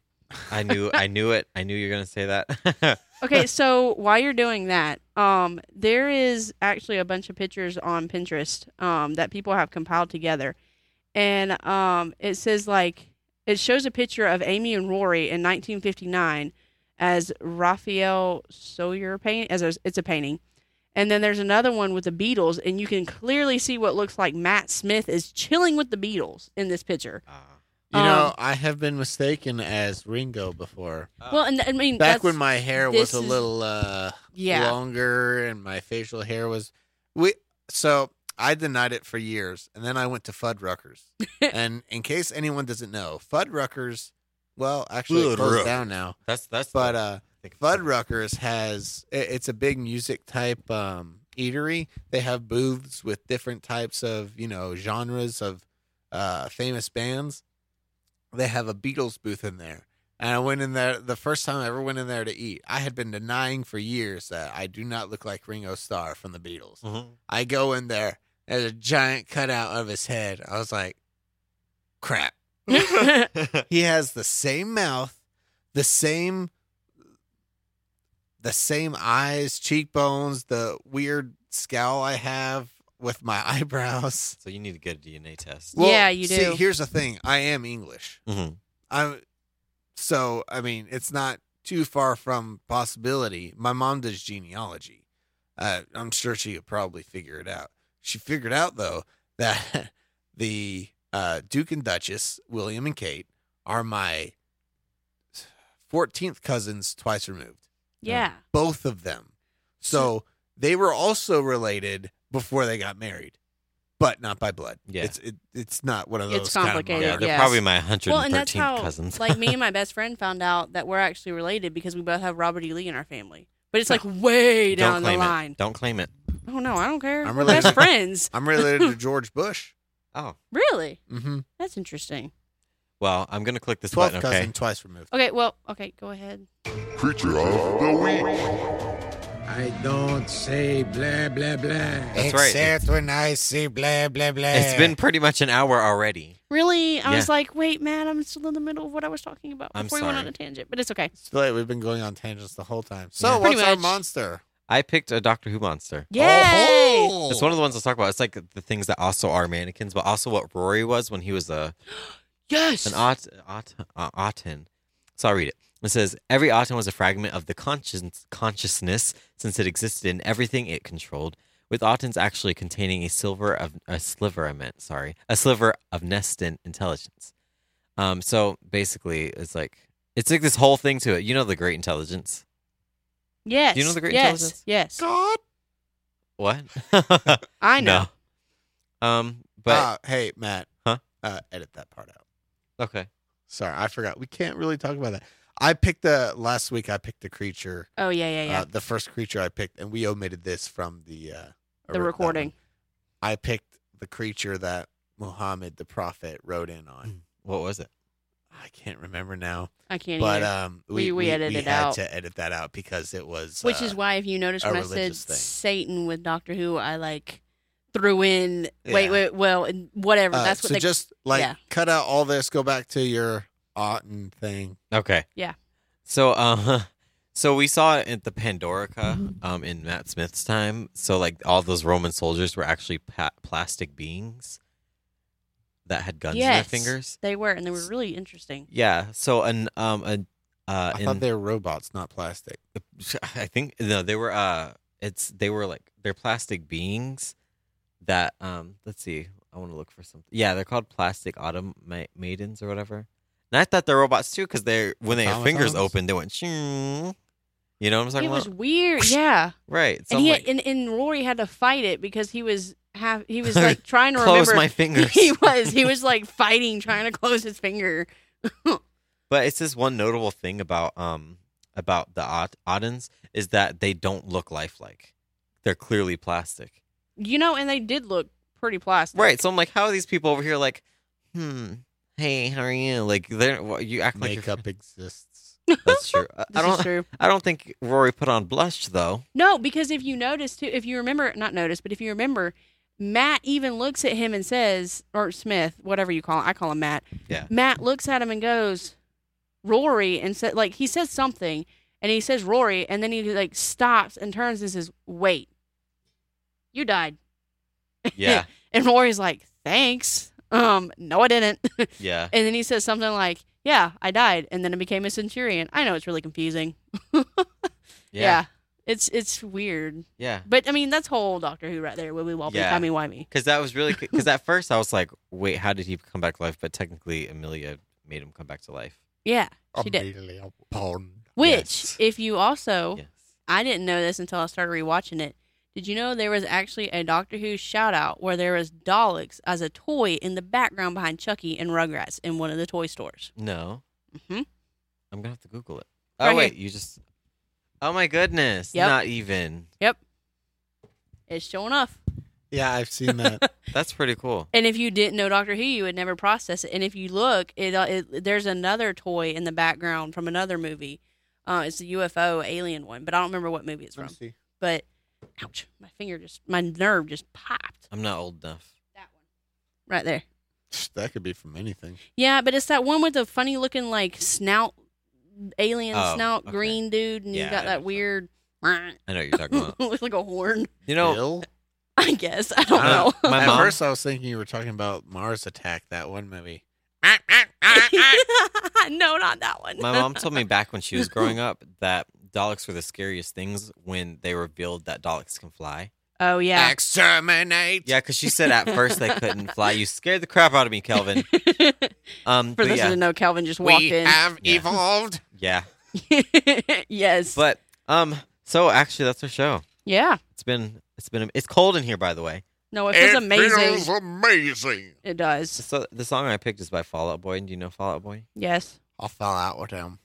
S3: I knew. I knew it. I knew you were gonna say that.
S4: Okay, so while you're doing that, um, there is actually a bunch of pictures on Pinterest um, that people have compiled together, and um, it says like it shows a picture of Amy and Rory in 1959 as Raphael Sawyer paint as a, it's a painting, and then there's another one with the Beatles, and you can clearly see what looks like Matt Smith is chilling with the Beatles in this picture.
S3: Ah,
S5: You
S4: Um,
S5: know, I have been mistaken as Ringo before.
S4: Well, and I mean
S5: Back
S4: that's,
S5: when my hair
S4: this
S5: was a
S4: is-
S5: little uh
S4: yeah
S5: longer and my facial hair was we so I denied it for years and then I went to Fuddruckers. and in case anyone doesn't know, Fuddruckers well actually it
S3: Fuddruckers.
S5: closed down now.
S3: that's that's.
S5: But uh Fuddruckers has i- it's a big music type um, eatery. They have booths with different types of you know genres of uh, famous bands. They have a Beatles booth in there, and I went in there the first time I ever went in there to eat. I had been denying for years that I do not look like Ringo Starr from the Beatles.
S3: Mhm.
S5: I go in there, there's a giant cutout of his head. I was like, crap. He has the same mouth, the same the same eyes, cheekbones, the weird scowl I have with my eyebrows.
S3: So you need to get a DNA test.
S4: Yeah, you do.
S5: See, here's the thing. I am English.
S3: Mhm.
S4: Oh,
S5: I'm so I mean, it's not too far from possibility. My mom does genealogy. Uh, I'm sure she could probably figure it out. She figured out though that the uh, Duke and Duchess, William and Kate, are my 14th cousins twice removed.
S4: yeah.
S5: Both of them. So they were also related before they got married, but not by blood.
S3: Yeah.
S5: It's it, it's not one of those
S4: It's
S5: Kind
S4: complicated,
S5: of
S3: Yeah,
S5: modern-
S3: they're
S4: yes.
S3: probably my 113th
S4: Well, and that's how,
S3: cousins.
S4: like, me and my best friend found out that we're actually related because we both have Robert E. Lee in our family. But it's like way down
S3: Don't
S4: the
S3: claim
S4: line.
S3: it. Don't claim it.
S4: Oh no, I don't care.
S5: I'm
S4: we're best
S5: related.
S4: friends.
S5: I'm related to George Bush.
S3: Oh,
S4: Really?
S5: Mm-hmm.
S4: That's interesting.
S3: well, I'm gonna click this
S5: 12th
S3: button.
S5: cousin
S3: Okay.
S5: twice removed.
S4: Okay, well, okay, go ahead.
S8: Creature of the week.
S2: I don't say blah blah blah.
S3: That's right. Except
S5: when I say blah blah blah.
S3: It's been pretty much an hour already.
S4: Really? I was
S3: Yeah.
S4: like, wait, man, I'm still in the middle of what I was talking about
S3: I'm
S4: before we went on
S3: sorry. Oh,
S4: a tangent, but it's okay.
S5: It's like we've been going on tangents the whole time. So
S3: Yeah.
S5: what's
S4: Pretty
S5: our
S4: much.
S5: monster?
S3: I picked a Doctor Who monster.
S4: Yay!
S3: It's one of the ones I'll talk about. It's like the things that also are mannequins, but also what Rory was when he was a
S4: Yes.
S3: an aut, aut, uh, auton. So I'll read it. It says every auton was a fragment of the conscience, consciousness, since it existed in everything it controlled. With autons actually containing a silver of a sliver, I meant sorry, a sliver of nestin intelligence. Um, so basically, it's like it's like this whole thing to it. You know the great intelligence.
S4: yes.
S3: Do you know the Great
S4: yes.
S3: Intelligence?
S4: Yes.
S5: God.
S3: What?
S4: I know.
S3: No. Um, but
S5: Ah, hey Matt.
S3: Huh?
S5: Uh, edit that part out.
S3: okay.
S5: Sorry, I forgot. We can't really talk about that. I picked the last week. I picked the creature.
S4: Oh yeah, yeah, yeah.
S5: Uh, the first creature I picked, and we omitted this from the uh,
S4: the
S5: ori- that
S4: recording.
S5: one. I picked the creature that Muhammad the prophet rode in on.
S3: What was it?
S5: I can't remember now.
S4: I can't
S5: But
S4: either.
S5: um,
S4: We-
S5: we,
S4: we edited it
S5: had
S4: out.
S5: to edit that out because it was
S4: Which
S5: uh,
S4: is why, if you notice,
S5: a
S4: when I said
S5: religious thing.
S4: Satan with Doctor Who, I like threw in wait,
S5: Yeah.
S4: wait, well, and whatever.
S5: uh,
S4: That's what
S5: so
S4: they
S5: just like
S4: yeah.
S5: cut out all this. Go back to your Otten thing.
S3: Okay.
S4: Yeah.
S3: So, uh, so we saw it at the
S4: Mm-hmm.
S3: Pandorica um, in Matt Smith's time. So, like, all those Roman soldiers were actually pa- plastic beings that had guns in their
S4: Yes.
S3: fingers.
S4: they were, and they were really interesting.
S3: Yeah. So, an um, an uh,
S5: I
S3: in-
S5: thought they were robots, not plastic.
S3: I think no, they were uh it's they were like they're plastic beings that um let's see, I want to look for something. Yeah, they're called plastic autumn ma- maidens or whatever. And I thought they're robots too cuz they when their fingers
S5: Automatons?
S3: opened they went shing. You know what I'm talking
S4: It was
S3: about?
S4: weird, yeah.
S3: Right. So
S4: and
S3: I'm
S4: he
S3: like,
S4: and, and Rory had to fight it because he was half he was like trying to
S3: close
S4: remember.
S3: my fingers.
S4: he was he was like fighting, trying to close his finger.
S3: But it's this one notable thing about um about the Aut- Audens is that they don't look lifelike. They're clearly plastic.
S4: You know, and they did look pretty plastic,
S3: Right. So I'm like, how are these people over here like, hmm, hey, how are you? Like, they're well, you act like you're,
S5: Makeup exists.
S3: that's true. I, I
S4: This is
S3: don't.
S4: true.
S3: I don't think Rory put on blush though.
S4: No, because if you notice too, if you remember, not notice, but if you remember, Matt even looks at him and says, or Smith, whatever you call, him, I call him Matt.
S3: Yeah.
S4: Matt looks at him and goes, Rory, and said, like he says something, and he says Rory, and then he like stops and turns and says, wait, you died,
S3: Yeah.
S4: and Rory's like, thanks, um, no, I didn't, and
S3: yeah.
S4: then he says something like, yeah, I died, and then I became a centurion. I know it's really confusing. Yeah.
S3: Yeah.
S4: It's it's weird.
S3: Yeah.
S4: But I mean, that's whole Doctor Who right there. Willy wobbly,
S3: Yeah.
S4: timey wimey.
S3: Because that was really. Because at first I was like, wait, how did he come back to life? But technically, Amelia made him come back to life.
S4: Yeah, she did. Which,
S3: Yes.
S4: if you also,
S3: Yes.
S4: I didn't know this until I started rewatching it. Did you know there was actually a Doctor Who shout out where there was Daleks as a toy in the background behind Chucky and Rugrats in one of the toy stores?
S3: No.
S4: hmm
S3: I'm gonna have to Google it.
S4: Right
S3: Oh
S4: here.
S3: wait, you just. Oh my goodness!
S4: Yep.
S3: Not even.
S4: It's showing off.
S5: Yeah, I've seen that.
S3: That's pretty cool.
S4: And if you didn't know Doctor Who, you would never process it. And if you look, it, uh, it there's another toy in the background from another movie. Uh, it's the UFO alien one, but I don't remember what movie it's from. but ouch, my finger just, my nerve just popped.
S3: I'm not old enough.
S4: That one. Right there.
S5: that could be from anything.
S4: Yeah, but it's that one with the funny looking, like, snout, alien
S3: Oh,
S4: snout
S3: okay.
S4: green dude, and
S3: Yeah,
S4: you got
S3: I know
S4: that weird, looks
S3: I know what you're talking about.
S4: like a horn,
S3: You know,
S5: Bill?
S4: I guess. I don't
S3: I
S4: know.
S3: don't- my
S5: At
S3: mom.
S5: first, I was thinking you were talking about Mars Attack, that one movie.
S4: no, not that one.
S3: Uh, My mom told me back when she was growing up that Daleks were the scariest things when they revealed that Daleks can fly.
S4: Oh, yeah.
S5: Exterminate.
S3: Yeah, because she said at first they couldn't fly. You scared the crap out of me, Kelvin. Um, but
S4: For those who
S3: yeah,
S4: didn't know, Calvin just walked
S5: We
S4: in.
S5: have
S3: Yeah.
S5: evolved.
S3: yeah.
S4: yes.
S3: But um, so actually, that's our show.
S4: yeah.
S3: It's been it's been it's cold in here, by the way.
S4: No, it feels amazing.
S8: feels amazing.
S4: It does.
S3: So the song I picked is by Fall Out Boy. Do you know Fall Out Boy?
S4: Yes.
S5: I'll fall out with them.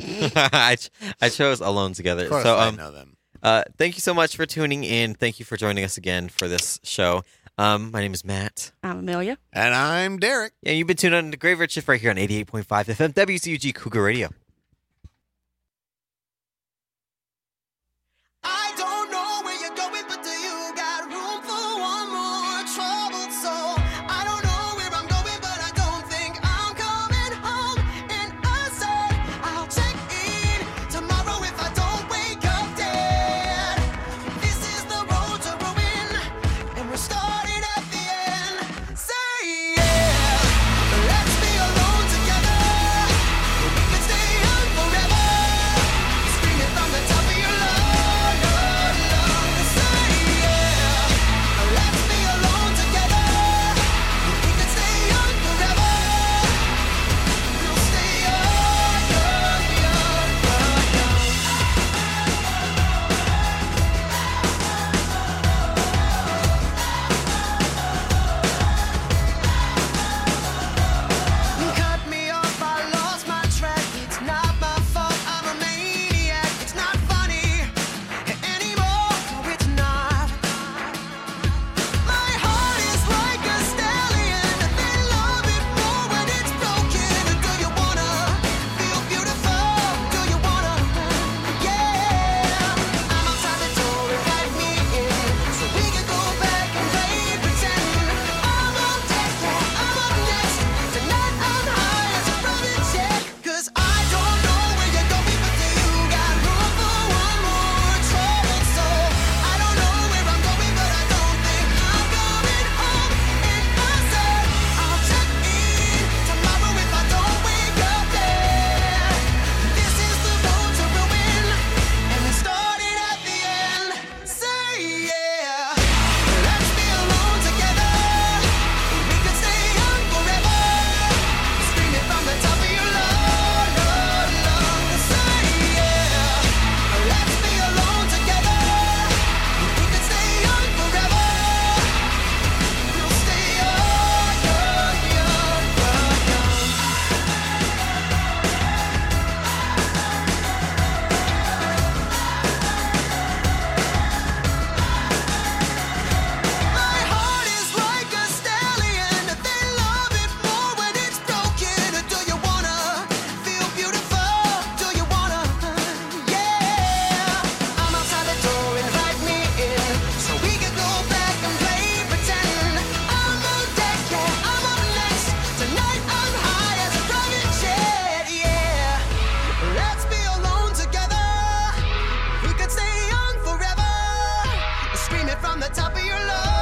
S3: I ch- I chose Alone Together.
S5: Of course,
S3: So
S5: I
S3: um,
S5: know them.
S3: uh, thank you so much for tuning in. Thank you for joining us again for this show. Um, my name is Matt.
S4: I'm Amelia.
S5: And I'm Derek.
S3: Yeah, you've been tuned on to Grave Red Shift right here on 88.5 FM WCUG Cougar Radio.
S6: I don't know where you're going, but do you got room for one more troubled soul? I don't know where I'm going, but I don't think I'm coming home. And I said I'll check in tomorrow if I don't wake up dead. This is the road to ruin, and we're starting at the end. Say yeah, let's be alone together. We can stay
S9: the top of your lungs.